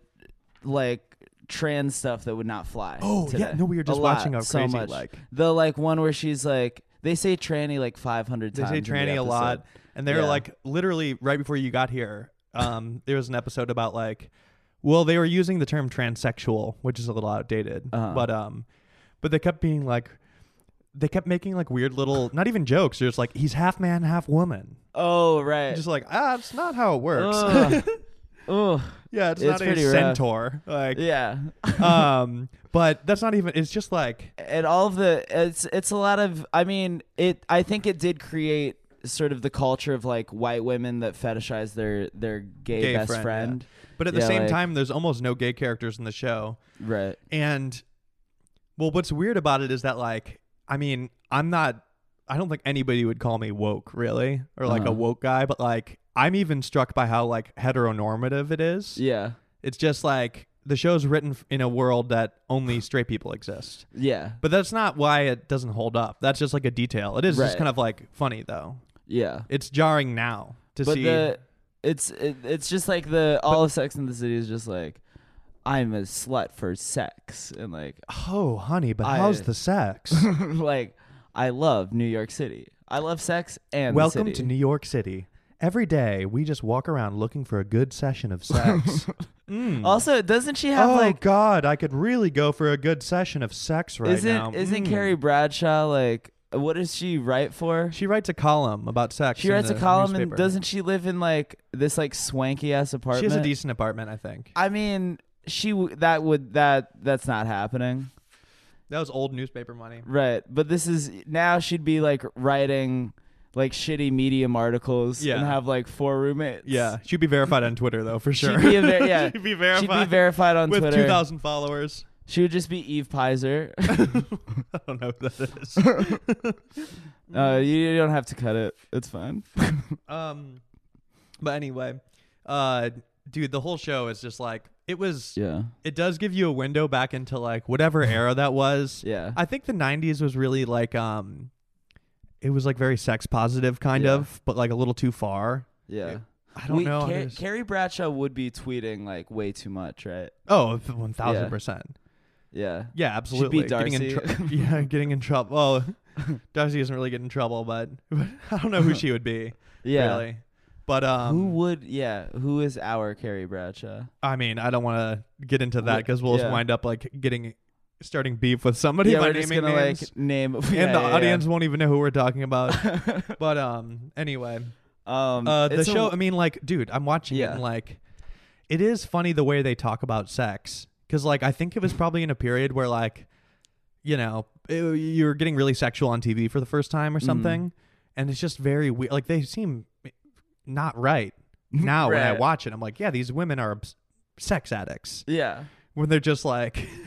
[SPEAKER 1] like trans stuff that would not fly.
[SPEAKER 2] Oh, yeah,
[SPEAKER 1] today.
[SPEAKER 2] no, we were
[SPEAKER 1] A
[SPEAKER 2] just
[SPEAKER 1] lot,
[SPEAKER 2] watching a
[SPEAKER 1] so
[SPEAKER 2] crazy,
[SPEAKER 1] much.
[SPEAKER 2] like-
[SPEAKER 1] the like one where she's like They say tranny like 500
[SPEAKER 2] They
[SPEAKER 1] times.
[SPEAKER 2] say
[SPEAKER 1] in the
[SPEAKER 2] tranny a
[SPEAKER 1] episode.
[SPEAKER 2] lot, and they're
[SPEAKER 1] Yeah.
[SPEAKER 2] like literally right before you got here. Um, there was an episode about like, well, they were using the term transsexual, which is a little outdated,
[SPEAKER 1] Uh-huh.
[SPEAKER 2] but um, but they kept being like, they kept making like weird little, not even jokes. They're just like, he's half man, half woman.
[SPEAKER 1] Oh, right.
[SPEAKER 2] Just like ah, it's not how it works.
[SPEAKER 1] Ugh. Ugh.
[SPEAKER 2] yeah, it's,
[SPEAKER 1] Uh, It's
[SPEAKER 2] not a
[SPEAKER 1] pretty rough.
[SPEAKER 2] centaur. Like,
[SPEAKER 1] Yeah.
[SPEAKER 2] um, but that's not even. It's just like
[SPEAKER 1] and all of the it's it's a lot of I mean it I think it did create sort of the culture of like white women that fetishize their their gay,
[SPEAKER 2] gay
[SPEAKER 1] best
[SPEAKER 2] friend. yeah.
[SPEAKER 1] friend.
[SPEAKER 2] But at the
[SPEAKER 1] Yeah,
[SPEAKER 2] same
[SPEAKER 1] like-
[SPEAKER 2] time, there's almost no gay characters in the show.
[SPEAKER 1] Right.
[SPEAKER 2] And well, what's weird about it is that like I mean, I'm not I don't think anybody would call me woke, really, or like a
[SPEAKER 1] Uh-huh.
[SPEAKER 2] woke guy, but like I'm even struck by how like heteronormative it is.
[SPEAKER 1] Yeah.
[SPEAKER 2] It's just like the show's written f- in a world that only straight people exist.
[SPEAKER 1] Yeah.
[SPEAKER 2] But that's not why it doesn't hold up. That's just like a detail. It is just
[SPEAKER 1] Right.
[SPEAKER 2] kind of like funny though.
[SPEAKER 1] Yeah.
[SPEAKER 2] It's jarring now to
[SPEAKER 1] But
[SPEAKER 2] see
[SPEAKER 1] the it's it, it's just like the all of Sex in the City is just like I'm a slut for sex and like
[SPEAKER 2] Oh, honey, but
[SPEAKER 1] I-
[SPEAKER 2] how's the sex?
[SPEAKER 1] like I love New York City. I love sex and the
[SPEAKER 2] Welcome to
[SPEAKER 1] city.
[SPEAKER 2] New York City. Every day we just walk around looking for a good session of sex.
[SPEAKER 1] Also, doesn't she have
[SPEAKER 2] oh
[SPEAKER 1] like
[SPEAKER 2] God, I could really go for a good session of sex right
[SPEAKER 1] isn't
[SPEAKER 2] now.
[SPEAKER 1] isn't
[SPEAKER 2] Mm.
[SPEAKER 1] Carrie Bradshaw like what does she write for?
[SPEAKER 2] She writes a column about sex.
[SPEAKER 1] She
[SPEAKER 2] in
[SPEAKER 1] writes a
[SPEAKER 2] the
[SPEAKER 1] column
[SPEAKER 2] newspaper.
[SPEAKER 1] and doesn't she live in like this like swanky ass
[SPEAKER 2] She
[SPEAKER 1] apartment?
[SPEAKER 2] has a decent apartment, I think.
[SPEAKER 1] I mean, she w- that would that that's not happening,
[SPEAKER 2] That was old newspaper money.
[SPEAKER 1] right? But this is now she'd be like writing like shitty medium articles
[SPEAKER 2] Yeah.
[SPEAKER 1] and have like four roommates.
[SPEAKER 2] Yeah, she'd be verified on Twitter though for sure.
[SPEAKER 1] She'd be, a ver- yeah.
[SPEAKER 2] She'd be verified.
[SPEAKER 1] She'd be verified on
[SPEAKER 2] with
[SPEAKER 1] Twitter.
[SPEAKER 2] two thousand followers.
[SPEAKER 1] She would just be Eve Pizer.
[SPEAKER 2] I don't know who that is.
[SPEAKER 1] uh, you, you don't have to cut it. It's fine.
[SPEAKER 2] um, but anyway, uh, dude, the whole show is just like it was.
[SPEAKER 1] yeah.
[SPEAKER 2] it does give you a window back into like whatever era that was.
[SPEAKER 1] Yeah.
[SPEAKER 2] I think the 90s was really like um it was like very sex positive kind
[SPEAKER 1] Yeah.
[SPEAKER 2] of, but like a little too far.
[SPEAKER 1] Yeah.
[SPEAKER 2] I don't
[SPEAKER 1] We-
[SPEAKER 2] know. how
[SPEAKER 1] Car-
[SPEAKER 2] to s-
[SPEAKER 1] Carrie Bradshaw would be tweeting like way too much, right?
[SPEAKER 2] oh, 1000%.
[SPEAKER 1] Yeah.
[SPEAKER 2] Yeah, absolutely. Getting in
[SPEAKER 1] Darcy.
[SPEAKER 2] trou- yeah, getting in trouble. Well, Darcy doesn't really get in trouble, but, but I don't know who she would be.
[SPEAKER 1] Yeah.
[SPEAKER 2] Really. But um
[SPEAKER 1] Who would? Yeah, who is our Carrie Bradshaw?
[SPEAKER 2] I mean, I don't want to get into that cuz we'll just
[SPEAKER 1] Yeah.
[SPEAKER 2] wind up like getting starting beef with somebody
[SPEAKER 1] yeah,
[SPEAKER 2] by
[SPEAKER 1] we're just
[SPEAKER 2] naming
[SPEAKER 1] gonna
[SPEAKER 2] names.
[SPEAKER 1] like name and
[SPEAKER 2] and the audience won't even know who we're talking about. but um, anyway,
[SPEAKER 1] Um,
[SPEAKER 2] uh, the
[SPEAKER 1] it's a-
[SPEAKER 2] show. I mean, like, dude, I'm watching it
[SPEAKER 1] Yeah.
[SPEAKER 2] and like, it is funny the way they talk about sex because like I think it was probably in a period where like, you know, it, you're getting really sexual on TV for the first time or
[SPEAKER 1] Mm.
[SPEAKER 2] something, and it's just very weird. Like they seem not right now when I
[SPEAKER 1] Right.
[SPEAKER 2] watch it. I'm like, yeah, these women are obs- sex addicts
[SPEAKER 1] yeah,
[SPEAKER 2] when they're just like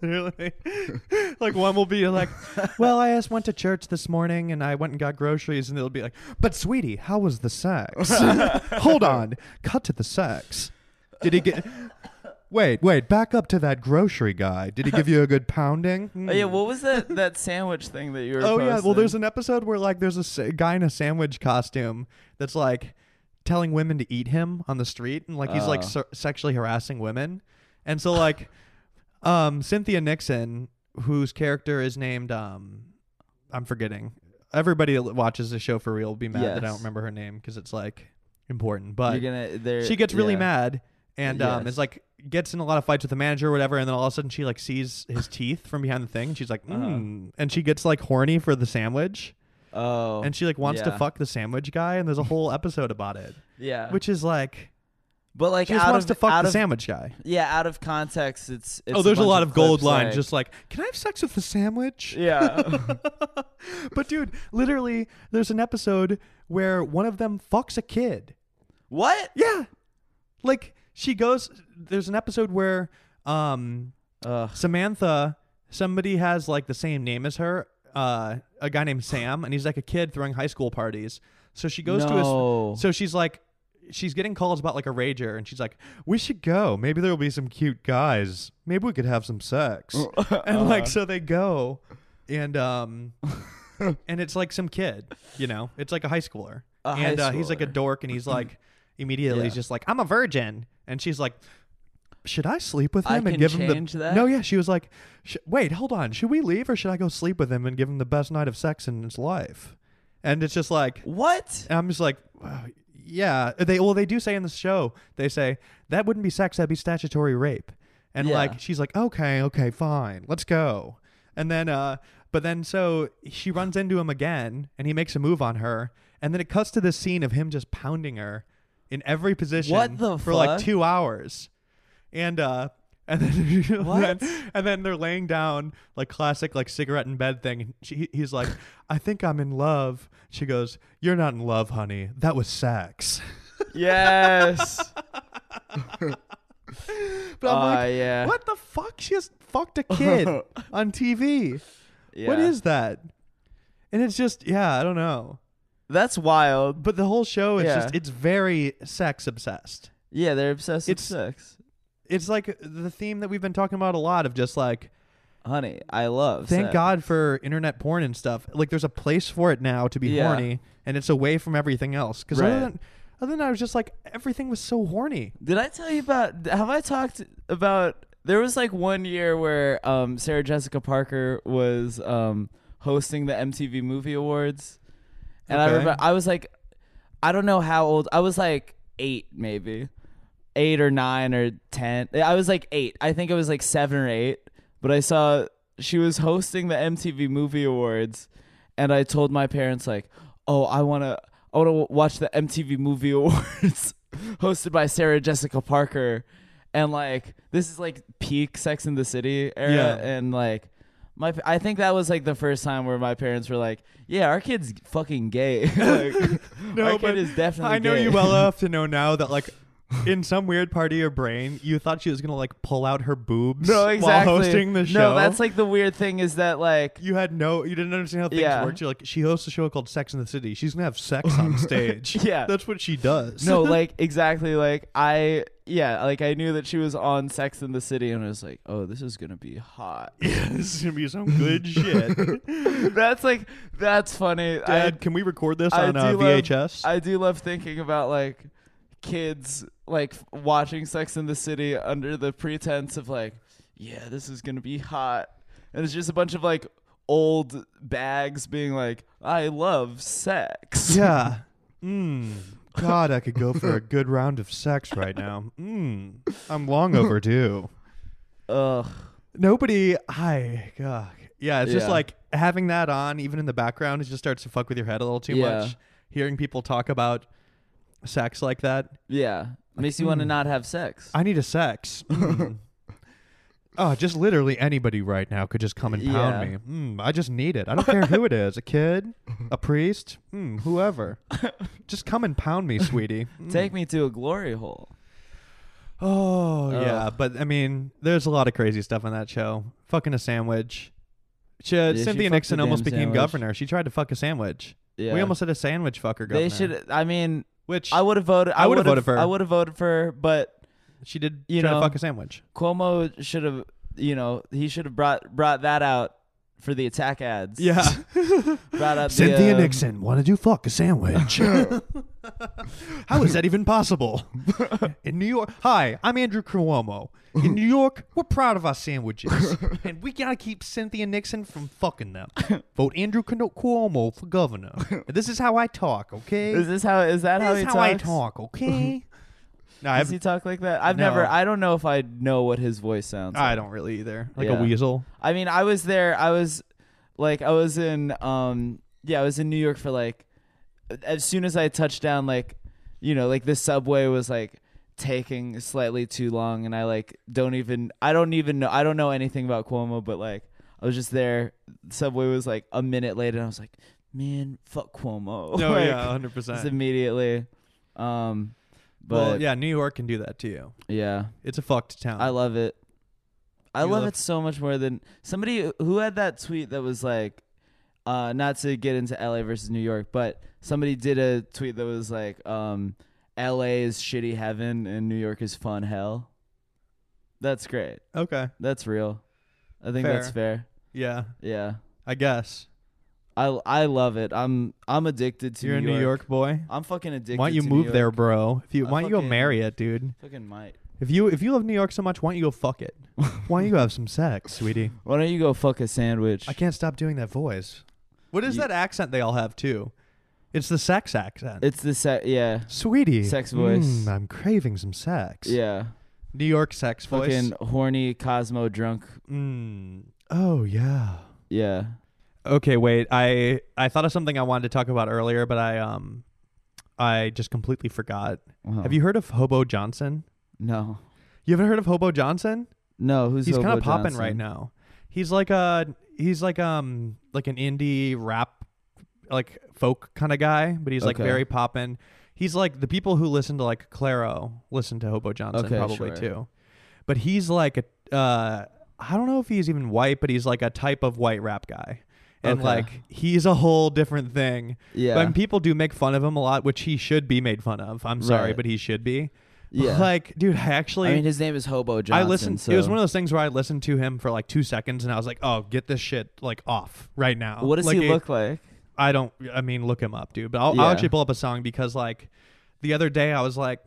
[SPEAKER 2] literally like one will be like well i just went to church this morning and i went and got groceries and it'll be like but sweetie how was the sex hold on cut to the sex did he get wait wait back up to that grocery guy did he give you a good pounding
[SPEAKER 1] Oh, yeah. What was that that sandwich thing that you were?
[SPEAKER 2] Oh yeah, well there's
[SPEAKER 1] posting?
[SPEAKER 2] an episode where like there's a s- guy in a sandwich costume that's like telling women to eat him on the street and like he's like
[SPEAKER 1] Oh.
[SPEAKER 2] se- sexually harassing women. And so like um Cynthia Nixon whose character is named um I'm forgetting. Everybody that watches the show for real will be mad that I don't
[SPEAKER 1] Yes.
[SPEAKER 2] remember her name because it's like important, but
[SPEAKER 1] You're gonna. there-
[SPEAKER 2] she gets really
[SPEAKER 1] yeah.
[SPEAKER 2] mad and um,
[SPEAKER 1] Yes.
[SPEAKER 2] is like gets in a lot of fights with the manager or whatever and then all of a sudden she like sees his teeth from behind the thing and she's like
[SPEAKER 1] Uh-huh.
[SPEAKER 2] mm. and she gets like horny for the sandwich
[SPEAKER 1] Oh,
[SPEAKER 2] and she like wants to
[SPEAKER 1] yeah.
[SPEAKER 2] fuck the sandwich guy and there's a whole episode about it
[SPEAKER 1] Yeah,
[SPEAKER 2] which is like
[SPEAKER 1] but like
[SPEAKER 2] she just
[SPEAKER 1] out
[SPEAKER 2] wants
[SPEAKER 1] of,
[SPEAKER 2] to fuck
[SPEAKER 1] out
[SPEAKER 2] the
[SPEAKER 1] of,
[SPEAKER 2] sandwich guy
[SPEAKER 1] Yeah, out of context, it's. it's
[SPEAKER 2] oh there's a,
[SPEAKER 1] bunch
[SPEAKER 2] lot of gold
[SPEAKER 1] clips,
[SPEAKER 2] lines
[SPEAKER 1] like-
[SPEAKER 2] just like can i have sex with the sandwich
[SPEAKER 1] yeah,
[SPEAKER 2] but dude literally there's an episode where one of them fucks a kid
[SPEAKER 1] what?
[SPEAKER 2] yeah like she goes there's an episode where um
[SPEAKER 1] Ugh.
[SPEAKER 2] Samantha, somebody has like the same name as her, uh, a guy named Sam, and he's like a kid throwing high school parties. So she goes to
[SPEAKER 1] No.
[SPEAKER 2] his. So she's like, she's getting calls about like a rager, and she's like, "We should go. Maybe there will be some cute guys. Maybe we could have some sex."
[SPEAKER 1] Uh-huh.
[SPEAKER 2] and like, so they go, and um, and it's like some kid, you know, it's like a high schooler,
[SPEAKER 1] A high
[SPEAKER 2] and uh, he's like a
[SPEAKER 1] schooler.
[SPEAKER 2] dork, and he's like, immediately
[SPEAKER 1] Yeah.
[SPEAKER 2] he's just like, "I'm a virgin," and she's like. should I sleep with
[SPEAKER 1] I
[SPEAKER 2] him and
[SPEAKER 1] can
[SPEAKER 2] give him
[SPEAKER 1] change
[SPEAKER 2] the
[SPEAKER 1] that?
[SPEAKER 2] no? Yeah, she was like, sh- wait, hold on, should we leave or should I go sleep with him and give him the best night of sex in his life? And it's just like,
[SPEAKER 1] What?
[SPEAKER 2] and I'm just like, wow, yeah. Uh, They well, they do say in the show, they say that wouldn't be sex, that'd be statutory rape. And
[SPEAKER 1] Yeah.
[SPEAKER 2] like she's like, okay, okay, fine, let's go. And then, uh, but then so she runs into him again, and he makes a move on her, and then it cuts to this scene of him just pounding her in every position
[SPEAKER 1] What the
[SPEAKER 2] for
[SPEAKER 1] fuck?
[SPEAKER 2] like two hours, and uh. And then,
[SPEAKER 1] What?
[SPEAKER 2] and then they're laying down like classic like cigarette in bed thing and she, he's like i think i'm in love she goes you're not in love honey that was sex
[SPEAKER 1] Yes.
[SPEAKER 2] but i'm
[SPEAKER 1] Aw,
[SPEAKER 2] like
[SPEAKER 1] Ah, yeah.
[SPEAKER 2] what the fuck she just fucked a kid on tv what
[SPEAKER 1] Yeah.
[SPEAKER 2] is that and it's just yeah i don't know
[SPEAKER 1] That's wild.
[SPEAKER 2] but the whole show is
[SPEAKER 1] Yeah.
[SPEAKER 2] just it's very sex obsessed
[SPEAKER 1] Yeah, they're obsessed
[SPEAKER 2] It's-
[SPEAKER 1] with sex.
[SPEAKER 2] it's like the theme that we've been talking about a lot of just like
[SPEAKER 1] Honey, I love.
[SPEAKER 2] thank
[SPEAKER 1] sex.
[SPEAKER 2] god for internet porn and stuff like there's a place for it now to be
[SPEAKER 1] Yeah.
[SPEAKER 2] horny and it's away from everything else because
[SPEAKER 1] Right.
[SPEAKER 2] other, than, other than that, i was just like everything was so horny
[SPEAKER 1] Did I tell you about? Have I talked about? There was like one year where um, Sarah Jessica Parker was um, hosting the MTV Movie Awards, and I
[SPEAKER 2] Okay.
[SPEAKER 1] remember I was like, I don't know how old. I was like eight, maybe eight or nine or ten. I was like eight. I think I was like seven or eight. But I saw she was hosting the MTV Movie Awards, and I told my parents like, "Oh, I wanna, I wanna watch the MTV Movie Awards hosted by Sarah Jessica Parker." And like this is like peak Sex in the City era,
[SPEAKER 2] Yeah.
[SPEAKER 1] and like my I think that was like the first time where my parents were like, "Yeah, our kid's fucking gay. like, our kid is definitely."
[SPEAKER 2] I know
[SPEAKER 1] gay.
[SPEAKER 2] you well enough to know now that like in some weird part of your brain you thought she was gonna like pull out her boobs
[SPEAKER 1] No, exactly.
[SPEAKER 2] while hosting the show.
[SPEAKER 1] No, that's like the weird thing is that like
[SPEAKER 2] you had no you didn't understand how things
[SPEAKER 1] Yeah.
[SPEAKER 2] worked. You're like, she hosts a show called Sex in the City. She's gonna have sex on stage.
[SPEAKER 1] Yeah.
[SPEAKER 2] That's what she does.
[SPEAKER 1] no, like exactly like I yeah, like I knew that she was on Sex in the City and I was like, "Oh, this is going to be hot."
[SPEAKER 2] this is gonna be some good shit.
[SPEAKER 1] that's like that's funny.
[SPEAKER 2] Dad,
[SPEAKER 1] I
[SPEAKER 2] can we record this
[SPEAKER 1] I
[SPEAKER 2] on uh,
[SPEAKER 1] do
[SPEAKER 2] VHS?
[SPEAKER 1] Love, I do love thinking about like kids like f- watching Sex in the City under the pretense of like, yeah, this is gonna be hot, and it's just a bunch of like old bags being like, I love sex.
[SPEAKER 2] yeah. Mm. God, I could go for a good round of sex right now. Mm. I'm long overdue.
[SPEAKER 1] Ugh.
[SPEAKER 2] nobody i ugh. yeah it's just
[SPEAKER 1] Yeah.
[SPEAKER 2] like having that on even in the background it just starts to fuck with your head a little too
[SPEAKER 1] Yeah.
[SPEAKER 2] much hearing people talk about sex like that
[SPEAKER 1] Yeah. Makes you want to not have sex.
[SPEAKER 2] hmm. i need a sex Mm. oh just literally anybody right now could just come and pound
[SPEAKER 1] Yeah.
[SPEAKER 2] me mm, i just need it i don't care who it is a kid a priest mm, whoever just come and pound me sweetie Mm.
[SPEAKER 1] Take me to a glory hole.
[SPEAKER 2] Oh
[SPEAKER 1] Ugh.
[SPEAKER 2] yeah, but I mean, there's a lot of crazy stuff on that show. Fucking a sandwich. She,
[SPEAKER 1] she
[SPEAKER 2] Cynthia
[SPEAKER 1] fucked
[SPEAKER 2] Nixon
[SPEAKER 1] a
[SPEAKER 2] almost
[SPEAKER 1] damn
[SPEAKER 2] became
[SPEAKER 1] sandwich.
[SPEAKER 2] governor. She tried to fuck a sandwich.
[SPEAKER 1] Yeah.
[SPEAKER 2] We almost had a sandwich fucker governor.
[SPEAKER 1] They should. I mean,
[SPEAKER 2] Which
[SPEAKER 1] I would have voted.
[SPEAKER 2] I would've
[SPEAKER 1] would've-
[SPEAKER 2] voted for her.
[SPEAKER 1] I would have voted for her, but
[SPEAKER 2] she did.
[SPEAKER 1] you
[SPEAKER 2] try
[SPEAKER 1] know.
[SPEAKER 2] to fuck a sandwich.
[SPEAKER 1] Cuomo should have. You know, he should have brought brought that out for the attack ads. brought out the,
[SPEAKER 2] Cynthia
[SPEAKER 1] uh,
[SPEAKER 2] Nixon, why did you fuck a sandwich? How is that even possible? In New York, hi, I'm Andrew Cuomo. In New York, we're proud of our sandwiches, and we gotta keep Cynthia Nixon from fucking them. Vote Andrew Cuno- Cuomo for governor. And this is how I talk, okay?
[SPEAKER 1] Is this how? Is that how
[SPEAKER 2] This
[SPEAKER 1] he
[SPEAKER 2] is how
[SPEAKER 1] talks?
[SPEAKER 2] I talk, okay? no,
[SPEAKER 1] Does
[SPEAKER 2] I, haven't-
[SPEAKER 1] he talk like that? I've
[SPEAKER 2] No.
[SPEAKER 1] never. I don't know if I know what his voice sounds. like.
[SPEAKER 2] I don't really either. Like
[SPEAKER 1] Yeah.
[SPEAKER 2] a weasel.
[SPEAKER 1] I mean, I was there. I was like, I was in, um, yeah, I was in New York for like, as soon as I touched down, like, you know, like the subway was like taking slightly too long, and I like don't even, I don't even know, I don't know anything about Cuomo, but like, I was just there. Subway was like a minute late, and I was like, man, fuck Cuomo.
[SPEAKER 2] No,
[SPEAKER 1] Like,
[SPEAKER 2] Oh, yeah, hundred
[SPEAKER 1] just
[SPEAKER 2] percent.
[SPEAKER 1] immediately. Um, but
[SPEAKER 2] Well,
[SPEAKER 1] yeah,
[SPEAKER 2] yeah, New York can do that to you.
[SPEAKER 1] yeah.
[SPEAKER 2] It's a fucked town.
[SPEAKER 1] I love it. I
[SPEAKER 2] You
[SPEAKER 1] love,
[SPEAKER 2] love-
[SPEAKER 1] it so much more than somebody who had that tweet that was like, uh, not to get into LA versus New York, but somebody did a tweet that was like, um, LA is shitty heaven and New York is fun hell. That's great.
[SPEAKER 2] okay.
[SPEAKER 1] That's real. I think that's fair.
[SPEAKER 2] Yeah,
[SPEAKER 1] Yeah.
[SPEAKER 2] I guess.
[SPEAKER 1] I, I love it. I'm I'm addicted to
[SPEAKER 2] You're
[SPEAKER 1] New
[SPEAKER 2] a New York boy.
[SPEAKER 1] I'm fucking addicted.
[SPEAKER 2] Why don't you
[SPEAKER 1] to New
[SPEAKER 2] move
[SPEAKER 1] York.
[SPEAKER 2] there, bro? If you
[SPEAKER 1] I
[SPEAKER 2] why don't you go
[SPEAKER 1] fucking-
[SPEAKER 2] marry it, dude?
[SPEAKER 1] Fucking might.
[SPEAKER 2] If you if you love New York so much, why don't you go fuck it? why don't you have some sex, sweetie?
[SPEAKER 1] Why don't you go fuck a sandwich?
[SPEAKER 2] I can't stop doing that voice. What is
[SPEAKER 1] You-
[SPEAKER 2] that accent they all have too? It's the sex accent.
[SPEAKER 1] It's the se- yeah,
[SPEAKER 2] sweetie.
[SPEAKER 1] sex voice.
[SPEAKER 2] mm, I'm craving some sex.
[SPEAKER 1] yeah.
[SPEAKER 2] New York sex voice.
[SPEAKER 1] Fucking horny Cosmo drunk.
[SPEAKER 2] Mm, oh yeah.
[SPEAKER 1] Yeah.
[SPEAKER 2] Okay, wait. I I thought of something I wanted to talk about earlier, but I um I just completely forgot.
[SPEAKER 1] Wow.
[SPEAKER 2] Have you heard of Hobo Johnson?
[SPEAKER 1] No.
[SPEAKER 2] You haven't heard of Hobo Johnson?
[SPEAKER 1] No. Who's
[SPEAKER 2] he's
[SPEAKER 1] kind of
[SPEAKER 2] popping right now. He's like a he's like um like an indie rap like folk kind of guy, but he's like
[SPEAKER 1] Okay.
[SPEAKER 2] very poppin'. He's like the people who listen to like Claro listen to Hobo Johnson
[SPEAKER 1] Okay,
[SPEAKER 2] probably
[SPEAKER 1] sure.
[SPEAKER 2] too. But he's like a uh I don't know if he's even white, but he's like a type of white rap guy. And
[SPEAKER 1] Okay.
[SPEAKER 2] like he's a whole different thing.
[SPEAKER 1] Yeah.
[SPEAKER 2] But people do make fun of him a lot, which he should be made fun of. I'm sorry,
[SPEAKER 1] Right.
[SPEAKER 2] but he should be.
[SPEAKER 1] Yeah.
[SPEAKER 2] Like, dude, I actually
[SPEAKER 1] I mean, his name is Hobo Johnson.
[SPEAKER 2] I listened.
[SPEAKER 1] So.
[SPEAKER 2] It was one of those things where I listened to him for like two seconds, and I was like, "Oh, get this shit like off right now."
[SPEAKER 1] What does
[SPEAKER 2] like,
[SPEAKER 1] he
[SPEAKER 2] it-
[SPEAKER 1] look like?
[SPEAKER 2] I don't. I mean, look him up, dude. But I'll,
[SPEAKER 1] Yeah.
[SPEAKER 2] I'll actually pull up a song because like the other day I was like,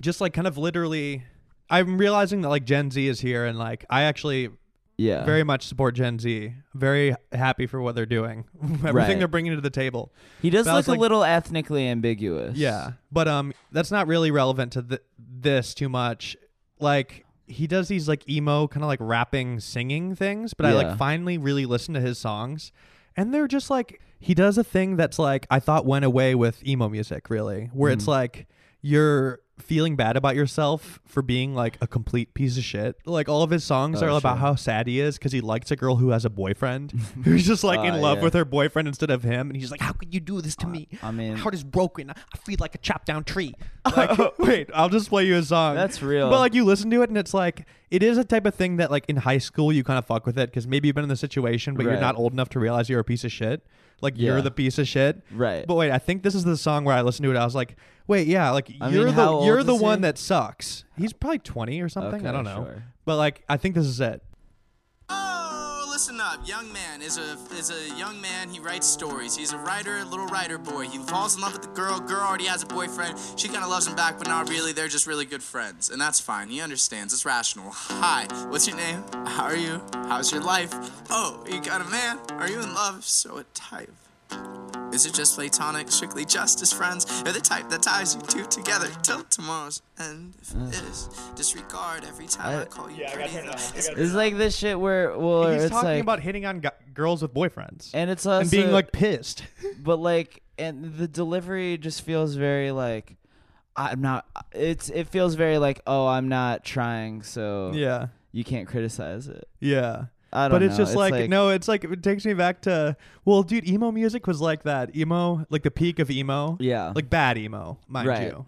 [SPEAKER 2] just like kind of literally. I'm realizing that like Gen Z is here, and like I actually
[SPEAKER 1] Uh. Yeah.
[SPEAKER 2] very much support Gen Z. Very happy for what they're doing, everything
[SPEAKER 1] Right.
[SPEAKER 2] they're bringing to the table.
[SPEAKER 1] He does
[SPEAKER 2] but I
[SPEAKER 1] look
[SPEAKER 2] was
[SPEAKER 1] a
[SPEAKER 2] like-
[SPEAKER 1] little ethnically ambiguous.
[SPEAKER 2] Yeah, but um, that's not really relevant to th- this too much. Like he does these like emo kind of like rapping, singing things, but I
[SPEAKER 1] Yeah.
[SPEAKER 2] like finally really listen to his songs, and they're just like he does a thing that's like I thought went away with emo music really, where
[SPEAKER 1] Mm-hmm.
[SPEAKER 2] it's like you're feeling bad about yourself for being like a complete piece of shit. Like all of his songs
[SPEAKER 1] Oh,
[SPEAKER 2] are about
[SPEAKER 1] sure.
[SPEAKER 2] how sad he is cuz he likes a girl who has a boyfriend who's just like
[SPEAKER 1] Ah,
[SPEAKER 2] in love
[SPEAKER 1] yeah.
[SPEAKER 2] with her boyfriend instead of him and he's like how could you do this to me?
[SPEAKER 1] I mean-
[SPEAKER 2] heart is broken. I feel like a chopped down tree. Like, wait, I'll just play you a song.
[SPEAKER 1] That's real.
[SPEAKER 2] But like you listen to it and it's like it is a type of thing that like in high school you kind of fuck with it because maybe you've been in the situation but
[SPEAKER 1] Right.
[SPEAKER 2] you're not old enough to realize you're a piece of shit. Like you're
[SPEAKER 1] Yeah.
[SPEAKER 2] the piece of shit.
[SPEAKER 1] Right.
[SPEAKER 2] But wait, I think this is the song where I listened to it. I was like, wait, yeah, like
[SPEAKER 1] I mean,
[SPEAKER 2] you're
[SPEAKER 1] how
[SPEAKER 2] the
[SPEAKER 1] old
[SPEAKER 2] you're the
[SPEAKER 1] is
[SPEAKER 2] one
[SPEAKER 1] he?
[SPEAKER 2] that sucks. He's probably twenty or something.
[SPEAKER 1] Okay,
[SPEAKER 2] I don't know.
[SPEAKER 1] sure.
[SPEAKER 2] But like I think this is it.
[SPEAKER 6] Oh, listen up. Young man is a is a young man. He writes stories. He's a writer, little writer boy. He falls in love with the girl. Girl already has a boyfriend. She kind of loves him back, but not really. They're just really good friends, and that's fine. He understands. It's rational. Hi, what's your name? How are you? How's your life? Oh, you got a man? Are you in love? So a type. Is it just platonic? Strictly just as friends? They're the type that ties you two together till tomorrow's end. If it is, disregard every time I,
[SPEAKER 1] I-
[SPEAKER 6] call you pretty enough. It's
[SPEAKER 1] It's like this shit where well,
[SPEAKER 2] He's
[SPEAKER 1] it's
[SPEAKER 2] talking
[SPEAKER 1] like,
[SPEAKER 2] about hitting on gu- girls with boyfriends
[SPEAKER 1] and it's
[SPEAKER 2] and being
[SPEAKER 1] also-
[SPEAKER 2] like pissed.
[SPEAKER 1] but like, and the delivery just feels very like, I'm not. It's it feels very like, oh, I'm not trying, so
[SPEAKER 2] yeah.
[SPEAKER 1] you can't criticize it.
[SPEAKER 2] Yeah.
[SPEAKER 1] I
[SPEAKER 2] but
[SPEAKER 1] don't
[SPEAKER 2] it's
[SPEAKER 1] know.
[SPEAKER 2] just
[SPEAKER 1] It's
[SPEAKER 2] like,
[SPEAKER 1] like-
[SPEAKER 2] no, it's like it takes me back to well, dude, emo music was like that. Emo, like the peak of emo.
[SPEAKER 1] Yeah.
[SPEAKER 2] Like bad emo, mind
[SPEAKER 1] Right.
[SPEAKER 2] you.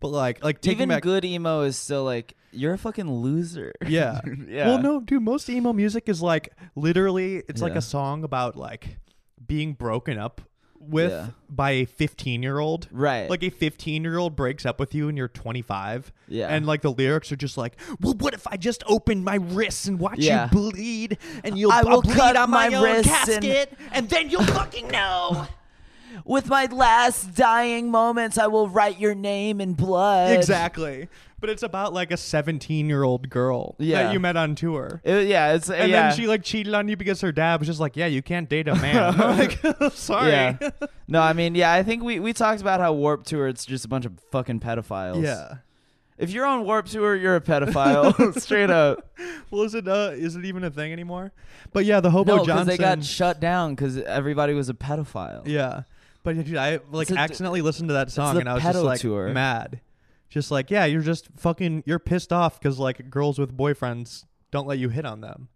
[SPEAKER 2] But like like taking
[SPEAKER 1] Even
[SPEAKER 2] back
[SPEAKER 1] good emo is still like you're a fucking loser.
[SPEAKER 2] Yeah.
[SPEAKER 1] Yeah.
[SPEAKER 2] Well, no, dude, most emo music is like literally it's like
[SPEAKER 1] Yeah.
[SPEAKER 2] a song about like being broken up with
[SPEAKER 1] Yeah.
[SPEAKER 2] by a 15-year-old.
[SPEAKER 1] Right.
[SPEAKER 2] Like a 15-year-old breaks up with you and you're 25.
[SPEAKER 1] Yeah.
[SPEAKER 2] And like the lyrics are just like, "Well, what if I just opened my wrists and watch
[SPEAKER 1] Yeah.
[SPEAKER 2] you bleed and you'll
[SPEAKER 1] I
[SPEAKER 2] I'll
[SPEAKER 1] will
[SPEAKER 2] bleed
[SPEAKER 1] cut
[SPEAKER 2] on my,
[SPEAKER 1] my
[SPEAKER 2] own
[SPEAKER 1] wrists and-
[SPEAKER 2] casket and... then you'll fucking know."
[SPEAKER 1] With my last dying moments, I will write your name in blood.
[SPEAKER 2] exactly. But it's about like a 17-year-old girl
[SPEAKER 1] Yeah.
[SPEAKER 2] that you met on tour.
[SPEAKER 1] It- yeah. It's
[SPEAKER 2] and
[SPEAKER 1] yeah.
[SPEAKER 2] then she like cheated on you because her dad was just like, "Yeah, you can't date a man." like, sorry.
[SPEAKER 1] Yeah. No, I mean, yeah, I think we, we talked about how Warp Tour it's just a bunch of fucking pedophiles.
[SPEAKER 2] Yeah.
[SPEAKER 1] If you're on Warp Tour, you're a pedophile. Straight up.
[SPEAKER 2] Well, is it uh, is it even a thing anymore? But yeah, the Hobo
[SPEAKER 1] No, because
[SPEAKER 2] Johnson.
[SPEAKER 1] they got shut down because everybody was a pedophile.
[SPEAKER 2] yeah. But yeah, dude, I like
[SPEAKER 1] It's a-
[SPEAKER 2] accidentally listened to that song
[SPEAKER 1] the
[SPEAKER 2] and I was
[SPEAKER 1] pedal
[SPEAKER 2] just like
[SPEAKER 1] tour.
[SPEAKER 2] mad. Just like, yeah, you're just fucking you're pissed off cuz like girls with boyfriends don't let you hit on them.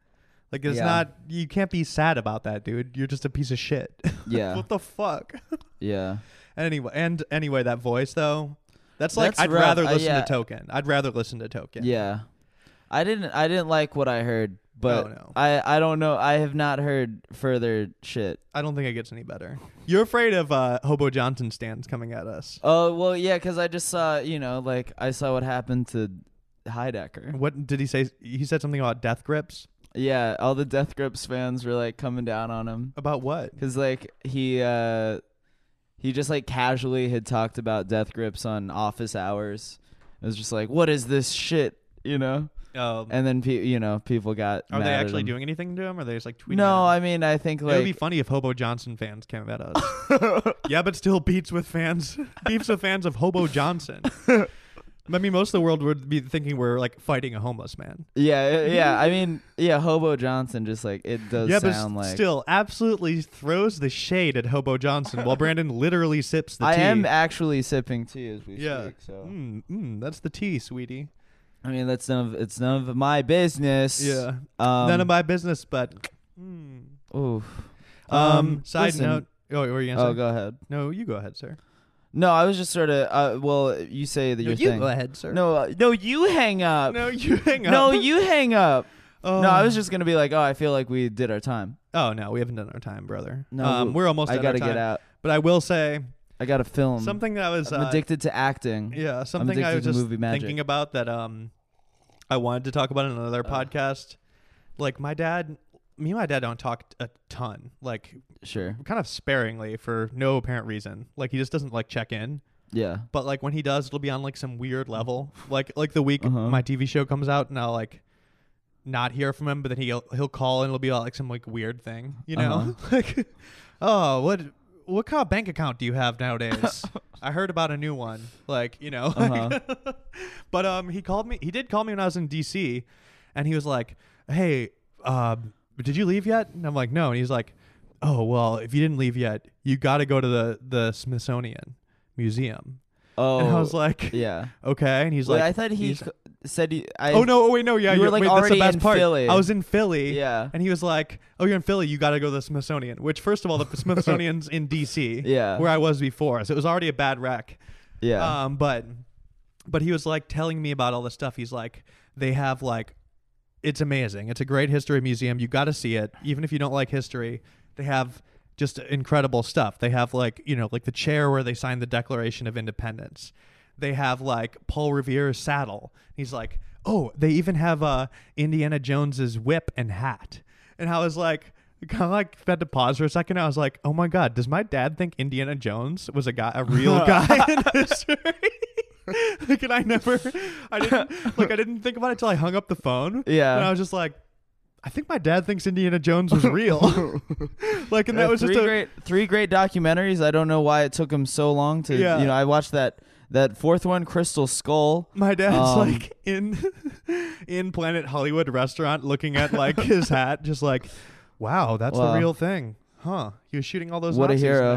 [SPEAKER 2] Like it's
[SPEAKER 1] Yeah.
[SPEAKER 2] not you can't be sad about that, dude. You're just a piece of shit.
[SPEAKER 1] Yeah.
[SPEAKER 2] what the fuck?
[SPEAKER 1] Yeah.
[SPEAKER 2] Anyway, and anyway, that voice though, that's like
[SPEAKER 1] That's
[SPEAKER 2] I'd
[SPEAKER 1] rough.
[SPEAKER 2] rather
[SPEAKER 1] Uh,
[SPEAKER 2] listen
[SPEAKER 1] yeah.
[SPEAKER 2] to Token. I'd rather listen to Token.
[SPEAKER 1] Yeah. I didn't I didn't like what I heard, but
[SPEAKER 2] Oh, no.
[SPEAKER 1] I, I don't know. I have not heard further shit.
[SPEAKER 2] I don't think it gets any better. You're afraid of uh, Hobo Johnson stands coming at us.
[SPEAKER 1] Oh, well, yeah, because I just saw, you know, like I saw what happened to Heidecker.
[SPEAKER 2] What did he say? He said something about death grips.
[SPEAKER 1] Yeah, all the Death Grips fans were like coming down on him.
[SPEAKER 2] About what?
[SPEAKER 1] Cause like he uh he just like casually had talked about death grips on office hours It was just like, what is this shit? You know.
[SPEAKER 2] Um,
[SPEAKER 1] And then pe- you know people got.
[SPEAKER 2] are
[SPEAKER 1] mad
[SPEAKER 2] they
[SPEAKER 1] at
[SPEAKER 2] actually
[SPEAKER 1] him.
[SPEAKER 2] doing anything to him? Or are they just like tweeting?
[SPEAKER 1] No,
[SPEAKER 2] at him?
[SPEAKER 1] I mean I think
[SPEAKER 2] it would be
[SPEAKER 1] like
[SPEAKER 2] funny if Hobo Johnson fans came at us. yeah, but still beats with fans, beats with fans of Hobo Johnson. I mean, most of the world would be thinking we're like fighting a homeless man.
[SPEAKER 1] yeah yeah I mean yeah Hobo Johnson just like it does
[SPEAKER 2] yeah, but s-
[SPEAKER 1] sound like
[SPEAKER 2] still, absolutely throws the shade at Hobo Johnson while Brandon literally sips the
[SPEAKER 1] I
[SPEAKER 2] tea.
[SPEAKER 1] am actually sipping tea as we
[SPEAKER 2] yeah.
[SPEAKER 1] speak. So
[SPEAKER 2] Mm, mm, that's the tea, sweetie.
[SPEAKER 1] I mean that's none of it's none of my business.
[SPEAKER 2] Yeah.
[SPEAKER 1] Um,
[SPEAKER 2] None of my business, but.
[SPEAKER 1] Oof.
[SPEAKER 2] Um, side
[SPEAKER 1] listen-
[SPEAKER 2] note. Oh, what were you gonna
[SPEAKER 1] Oh,
[SPEAKER 2] say?
[SPEAKER 1] go ahead.
[SPEAKER 2] No, you go ahead, sir.
[SPEAKER 1] No, I was just sort of. Uh, well, you say that
[SPEAKER 2] No,
[SPEAKER 1] your
[SPEAKER 2] you
[SPEAKER 1] thing.
[SPEAKER 2] go ahead, sir.
[SPEAKER 1] No, uh, no, you hang up.
[SPEAKER 2] No, you hang up.
[SPEAKER 1] No, you hang up.
[SPEAKER 2] Oh.
[SPEAKER 1] No, I was just gonna be like, oh, I feel like we did our time.
[SPEAKER 2] Oh no, we haven't done our time, brother.
[SPEAKER 1] No,
[SPEAKER 2] um,
[SPEAKER 1] we-
[SPEAKER 2] we're almost.
[SPEAKER 1] I
[SPEAKER 2] at our
[SPEAKER 1] gotta get
[SPEAKER 2] time.
[SPEAKER 1] out.
[SPEAKER 2] But I will say
[SPEAKER 1] I got to film.
[SPEAKER 2] something that was
[SPEAKER 1] I'm
[SPEAKER 2] uh,
[SPEAKER 1] addicted to acting.
[SPEAKER 2] Yeah, something I
[SPEAKER 1] addicted
[SPEAKER 2] was
[SPEAKER 1] to
[SPEAKER 2] just
[SPEAKER 1] movie magic.
[SPEAKER 2] thinking about that. Um, I wanted to talk about in another
[SPEAKER 1] Uh.
[SPEAKER 2] podcast. Like my dad, me and my dad don't talk a ton. Like
[SPEAKER 1] Sure.
[SPEAKER 2] kind of sparingly for no apparent reason. Like he just doesn't like check in.
[SPEAKER 1] Yeah.
[SPEAKER 2] But like when he does, it'll be on like some weird level. Like like the week
[SPEAKER 1] Uh-huh.
[SPEAKER 2] my TV show comes out, and I'll like not hear from him, but then he'll he'll call and it'll be like some like weird thing, you know?
[SPEAKER 1] Uh-huh.
[SPEAKER 2] like, oh, what what kind of bank account do you have nowadays? I heard about a new one, like you know.
[SPEAKER 1] Uh-huh.
[SPEAKER 2] but um, he called me. He did call me when I was in DC, and he was like, "Hey, um, did you leave yet?" And I'm like, "No." And he's like, "Oh well, if you didn't leave yet, you got to go to the the Smithsonian Museum."
[SPEAKER 1] Oh.
[SPEAKER 2] and I was like,
[SPEAKER 1] yeah.
[SPEAKER 2] okay." And he's
[SPEAKER 1] Wait,
[SPEAKER 2] like,
[SPEAKER 1] I thought he
[SPEAKER 2] he's-
[SPEAKER 1] c- said he. I,
[SPEAKER 2] oh no! Oh wait, no, yeah,
[SPEAKER 1] You were,
[SPEAKER 2] you're-
[SPEAKER 1] like,
[SPEAKER 2] wait,
[SPEAKER 1] already
[SPEAKER 2] that's the best
[SPEAKER 1] in
[SPEAKER 2] part.
[SPEAKER 1] Philly.
[SPEAKER 2] I was in Philly,
[SPEAKER 1] Yeah.
[SPEAKER 2] and he was like, "Oh, you're in Philly. You got to go to the Smithsonian." Which, first of all, the Smithsonian's in D.C.,
[SPEAKER 1] Yeah.
[SPEAKER 2] where I was before, so it was already a bad wreck.
[SPEAKER 1] Yeah.
[SPEAKER 2] Um, but but he was like telling me about all this stuff. He's like, they have like, it's amazing. It's a great history museum. You got to see it, even if you don't like history. They have just incredible stuff. They have like you know like the chair where they signed the Declaration of Independence. They have like Paul Revere's saddle. He's like, oh, they even have uh Indiana Jones's whip and hat. And I was like. Kind of like had to pause for a second. I was like, "Oh my god, does my dad think Indiana Jones was a guy, a real guy in history?" like and I never I didn't like I didn't think about it till I hung up the phone.
[SPEAKER 1] Yeah.
[SPEAKER 2] And I was just like, I think my dad thinks Indiana Jones was real. like and that was
[SPEAKER 1] three
[SPEAKER 2] just a
[SPEAKER 1] great three great documentaries. I don't know why it took him so long to.
[SPEAKER 2] Yeah.
[SPEAKER 1] You know, I watched that that fourth one, Crystal Skull.
[SPEAKER 2] my dad's
[SPEAKER 1] Um,
[SPEAKER 2] like in in Planet Hollywood restaurant looking at like his hat, just like, Wow, that's
[SPEAKER 1] Wow.
[SPEAKER 2] the real thing. Huh. He was shooting all those
[SPEAKER 1] What a
[SPEAKER 2] Nazis in
[SPEAKER 1] hero.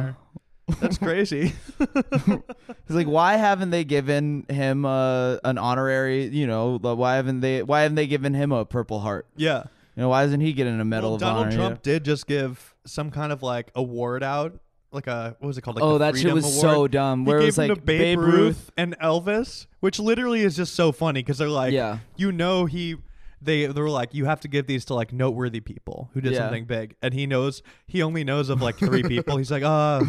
[SPEAKER 2] there. That's crazy.
[SPEAKER 1] He's like, why haven't they given him uh, an honorary? You know, like, why haven't they? Why haven't they given him a Purple Heart?
[SPEAKER 2] yeah.
[SPEAKER 1] You know, why isn't he getting a Medal
[SPEAKER 2] Well,
[SPEAKER 1] of
[SPEAKER 2] Donald
[SPEAKER 1] Honor?
[SPEAKER 2] Trump did just give some kind of like award out, like a what was it called? Like
[SPEAKER 1] Oh,
[SPEAKER 2] the
[SPEAKER 1] that shit
[SPEAKER 2] Freedom
[SPEAKER 1] was
[SPEAKER 2] award.
[SPEAKER 1] so dumb, where it
[SPEAKER 2] he
[SPEAKER 1] was,
[SPEAKER 2] gave them
[SPEAKER 1] like,
[SPEAKER 2] to Babe,
[SPEAKER 1] Babe
[SPEAKER 2] Ruth,
[SPEAKER 1] Ruth.
[SPEAKER 2] and Elvis, which literally is just so funny because they're like,
[SPEAKER 1] Yeah.
[SPEAKER 2] you know, he they they were like, you have to give these to like noteworthy people who did
[SPEAKER 1] Yeah.
[SPEAKER 2] something big, and he knows he only knows of like three people. He's like, uh,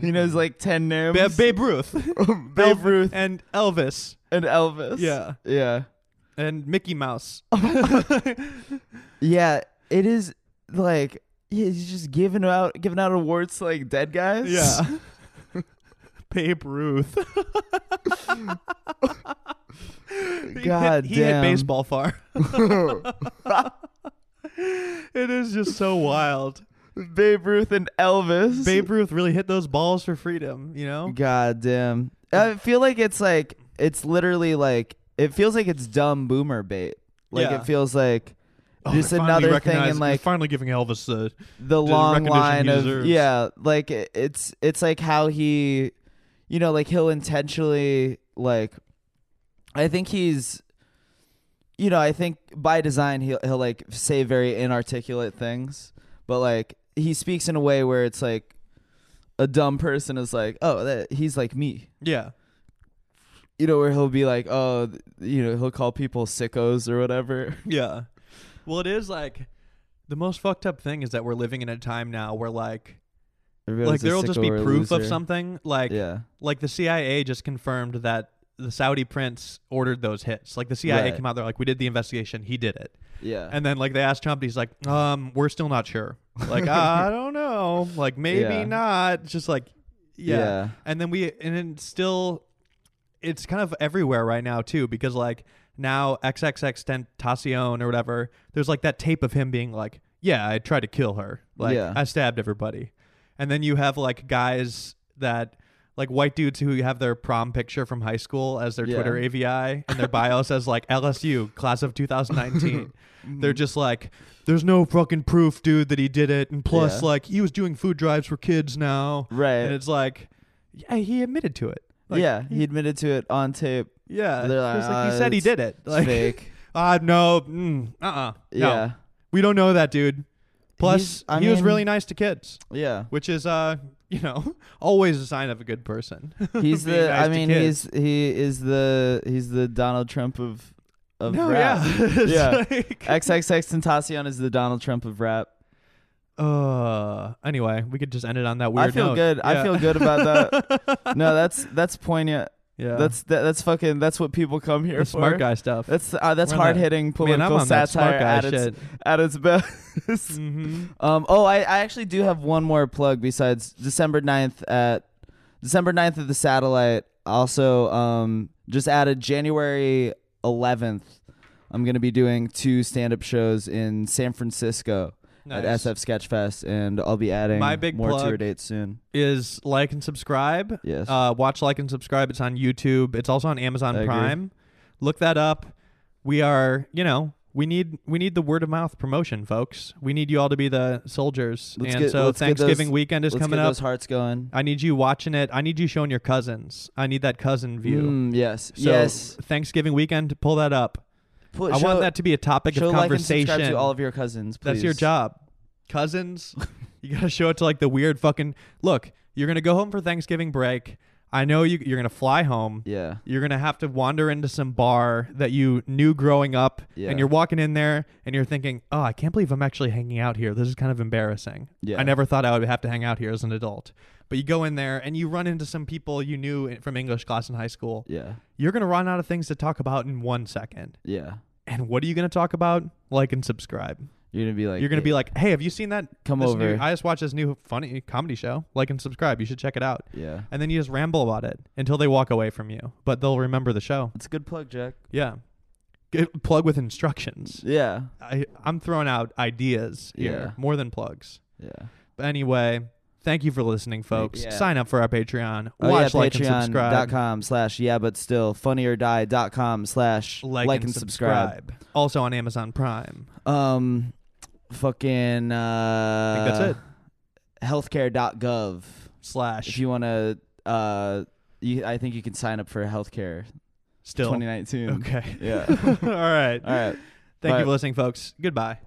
[SPEAKER 1] He knows like ten names.
[SPEAKER 2] Ba- Babe Ruth,
[SPEAKER 1] Babe
[SPEAKER 2] Elv-
[SPEAKER 1] Ruth.
[SPEAKER 2] and Elvis,
[SPEAKER 1] and Elvis.
[SPEAKER 2] Yeah.
[SPEAKER 1] Yeah.
[SPEAKER 2] and Mickey Mouse.
[SPEAKER 1] Yeah. It is like yeah, he's just giving out giving out awards to like dead guys.
[SPEAKER 2] Yeah. Babe Ruth.
[SPEAKER 1] God
[SPEAKER 2] he hit, He hit
[SPEAKER 1] damn.
[SPEAKER 2] baseball far. it is just so wild.
[SPEAKER 1] Babe Ruth and Elvis.
[SPEAKER 2] Babe Ruth really hit those balls for freedom, you know?
[SPEAKER 1] God damn. I feel like it's like it's literally like it feels like it's dumb boomer bait. Like
[SPEAKER 2] Yeah.
[SPEAKER 1] it feels like just
[SPEAKER 2] They Oh, finally
[SPEAKER 1] another thing
[SPEAKER 2] recognize-
[SPEAKER 1] in like
[SPEAKER 2] finally giving Elvis the
[SPEAKER 1] the long
[SPEAKER 2] recognition
[SPEAKER 1] line
[SPEAKER 2] he
[SPEAKER 1] of
[SPEAKER 2] deserves.
[SPEAKER 1] yeah like it- it's it's like how he you know like he'll intentionally like i think he's you know i think by design he'll, he'll like say very inarticulate things but like he speaks in a way where it's like a dumb person is like oh that he's like me
[SPEAKER 2] Yeah.
[SPEAKER 1] you know where he'll be like oh th- you know he'll call people sickos or whatever
[SPEAKER 2] Yeah. Well, it is like the most fucked up thing is that we're living in a time now where like like
[SPEAKER 1] Everybody's a
[SPEAKER 2] there'll just
[SPEAKER 1] sicko
[SPEAKER 2] be
[SPEAKER 1] or a
[SPEAKER 2] proof of
[SPEAKER 1] loser.
[SPEAKER 2] something like
[SPEAKER 1] yeah
[SPEAKER 2] like the CIA just confirmed that the Saudi prince ordered those hits. Like the CIA
[SPEAKER 1] Right.
[SPEAKER 2] came out, they're like, we did the investigation, he did it.
[SPEAKER 1] yeah
[SPEAKER 2] And then like they asked Trump, he's like, um, we're still not sure. Like I don't know, like maybe
[SPEAKER 1] Yeah.
[SPEAKER 2] not. It's just like, yeah.
[SPEAKER 1] Yeah.
[SPEAKER 2] And then we and then still, it's kind of everywhere right now too because like now XXX Tentacion or whatever, there's like that tape of him being like, "Yeah, I tried to kill her. Like
[SPEAKER 1] Yeah.
[SPEAKER 2] I stabbed everybody," and then you have like guys that like white dudes who have their prom picture from high school as their
[SPEAKER 1] Yeah.
[SPEAKER 2] Twitter AVI and their bio says like LSU class of 2019.
[SPEAKER 1] Mm-hmm.
[SPEAKER 2] They're just like, "There's no fucking proof, dude, that he did it," and plus
[SPEAKER 1] Yeah.
[SPEAKER 2] like he was doing food drives for kids now,
[SPEAKER 1] Right.
[SPEAKER 2] And it's like, yeah, he admitted to it. Like,
[SPEAKER 1] yeah, he admitted to it on tape.
[SPEAKER 2] yeah,
[SPEAKER 1] They're like,
[SPEAKER 2] It's like,
[SPEAKER 1] "Ah,
[SPEAKER 2] he said he
[SPEAKER 1] it's-
[SPEAKER 2] did it.
[SPEAKER 1] It's
[SPEAKER 2] Like,
[SPEAKER 1] fake.
[SPEAKER 2] Uh, no, mm, uh-uh. No.
[SPEAKER 1] Yeah.
[SPEAKER 2] We don't know that dude. Plus,
[SPEAKER 1] He's- I
[SPEAKER 2] he was
[SPEAKER 1] mean-
[SPEAKER 2] really nice to kids,
[SPEAKER 1] Yeah.
[SPEAKER 2] which is, uh, you know, always a sign of a good person.
[SPEAKER 1] He's
[SPEAKER 2] Being
[SPEAKER 1] the
[SPEAKER 2] nice
[SPEAKER 1] I
[SPEAKER 2] to
[SPEAKER 1] mean
[SPEAKER 2] kids.
[SPEAKER 1] he's he is the he's the Donald Trump of of
[SPEAKER 2] No,
[SPEAKER 1] rap.
[SPEAKER 2] yeah. It's
[SPEAKER 1] yeah.
[SPEAKER 2] like-
[SPEAKER 1] XXX Tentacion is the Donald Trump of rap.
[SPEAKER 2] Uh, anyway, we could just end it on that weird
[SPEAKER 1] I feel
[SPEAKER 2] note.
[SPEAKER 1] good. I
[SPEAKER 2] Yeah.
[SPEAKER 1] feel good about that. no, that's that's poignant.
[SPEAKER 2] Yeah.
[SPEAKER 1] That's that, that's fucking that's what people come here
[SPEAKER 2] The
[SPEAKER 1] for.
[SPEAKER 2] smart guy stuff.
[SPEAKER 1] That's uh, that's
[SPEAKER 2] We're on that-
[SPEAKER 1] hard hitting
[SPEAKER 2] Man, I'm
[SPEAKER 1] political
[SPEAKER 2] on that smart
[SPEAKER 1] satire
[SPEAKER 2] guy
[SPEAKER 1] at its
[SPEAKER 2] shit.
[SPEAKER 1] at its best.
[SPEAKER 2] hmm
[SPEAKER 1] Um, oh, I, I actually do have one more plug besides December 9th at December 9th at the satellite. Also, um, just added January 11th. I'm going to be doing two stand up shows in San Francisco at
[SPEAKER 2] Nice.
[SPEAKER 1] SF Sketchfest, and I'll be adding
[SPEAKER 2] My big
[SPEAKER 1] more
[SPEAKER 2] plug-
[SPEAKER 1] tour dates soon.
[SPEAKER 2] Is like and subscribe.
[SPEAKER 1] Yes.
[SPEAKER 2] Uh, watch, like, and subscribe. It's on YouTube. It's also on Amazon
[SPEAKER 1] I agree.
[SPEAKER 2] Prime. Look that up. We are, you know, we need we need the word of mouth promotion, folks. We need you all to be the soldiers.
[SPEAKER 1] Let's
[SPEAKER 2] and
[SPEAKER 1] get-
[SPEAKER 2] so
[SPEAKER 1] let's get those-
[SPEAKER 2] Thanksgiving weekend is
[SPEAKER 1] Let's
[SPEAKER 2] coming
[SPEAKER 1] get
[SPEAKER 2] up.
[SPEAKER 1] those hearts going.
[SPEAKER 2] I need you watching it. I need you showing your cousins. I need that cousin view.
[SPEAKER 1] Mm, yes.
[SPEAKER 2] So
[SPEAKER 1] yes.
[SPEAKER 2] Thanksgiving weekend, pull that up.
[SPEAKER 1] Put-
[SPEAKER 2] I want
[SPEAKER 1] show-
[SPEAKER 2] that to be a topic
[SPEAKER 1] show
[SPEAKER 2] of
[SPEAKER 1] like and
[SPEAKER 2] conversation.
[SPEAKER 1] subscribe to all of your cousins. Please.
[SPEAKER 2] That's your job. Cousins, you gotta show it to like the weird fucking look. You're gonna go home for Thanksgiving break. I know you. You're gonna fly home.
[SPEAKER 1] Yeah.
[SPEAKER 2] You're gonna have to wander into some bar that you knew growing up,
[SPEAKER 1] Yeah.
[SPEAKER 2] and you're walking in there, and you're thinking, "Oh, I can't believe I'm actually hanging out here. This is kind of embarrassing.
[SPEAKER 1] Yeah.
[SPEAKER 2] I never thought I would have to hang out here as an adult." But you go in there and you run into some people you knew from English class in high school.
[SPEAKER 1] Yeah.
[SPEAKER 2] You're gonna run out of things to talk about in one second.
[SPEAKER 1] Yeah.
[SPEAKER 2] And what are you gonna talk about? Like and subscribe.
[SPEAKER 1] You're gonna be like
[SPEAKER 2] You're gonna be like, hey, have you seen that?
[SPEAKER 1] Come
[SPEAKER 2] this
[SPEAKER 1] over."
[SPEAKER 2] new- I just watched this new funny comedy show. Like and subscribe. You should check it out.
[SPEAKER 1] yeah.
[SPEAKER 2] And then you just ramble about it until they walk away from you, but they'll remember the show.
[SPEAKER 1] It's a good plug, Jack.
[SPEAKER 2] Yeah. Get, plug with instructions.
[SPEAKER 1] Yeah.
[SPEAKER 2] I, I'm throwing out ideas here
[SPEAKER 1] Yeah.
[SPEAKER 2] more than plugs.
[SPEAKER 1] Yeah.
[SPEAKER 2] But anyway, thank you for listening, folks.
[SPEAKER 1] yeah.
[SPEAKER 2] Sign up for our Patreon.
[SPEAKER 1] Oh,
[SPEAKER 2] Watch,
[SPEAKER 1] yeah,
[SPEAKER 2] like, and subscribe.
[SPEAKER 1] patreon.com slash yeah, but still funnyordie.com slash
[SPEAKER 2] Like, and, subscribe. Also on Amazon Prime.
[SPEAKER 1] Um, fucking, uh,
[SPEAKER 2] I think that's it.
[SPEAKER 1] Healthcare.gov. If
[SPEAKER 2] Slash.
[SPEAKER 1] you want to, uh, you, I think you can sign up for healthcare
[SPEAKER 2] Still.
[SPEAKER 1] 2019.
[SPEAKER 2] Okay.
[SPEAKER 1] Yeah.
[SPEAKER 2] All right.
[SPEAKER 1] All right.
[SPEAKER 2] Thank
[SPEAKER 1] Bye.
[SPEAKER 2] you for listening, folks. Goodbye.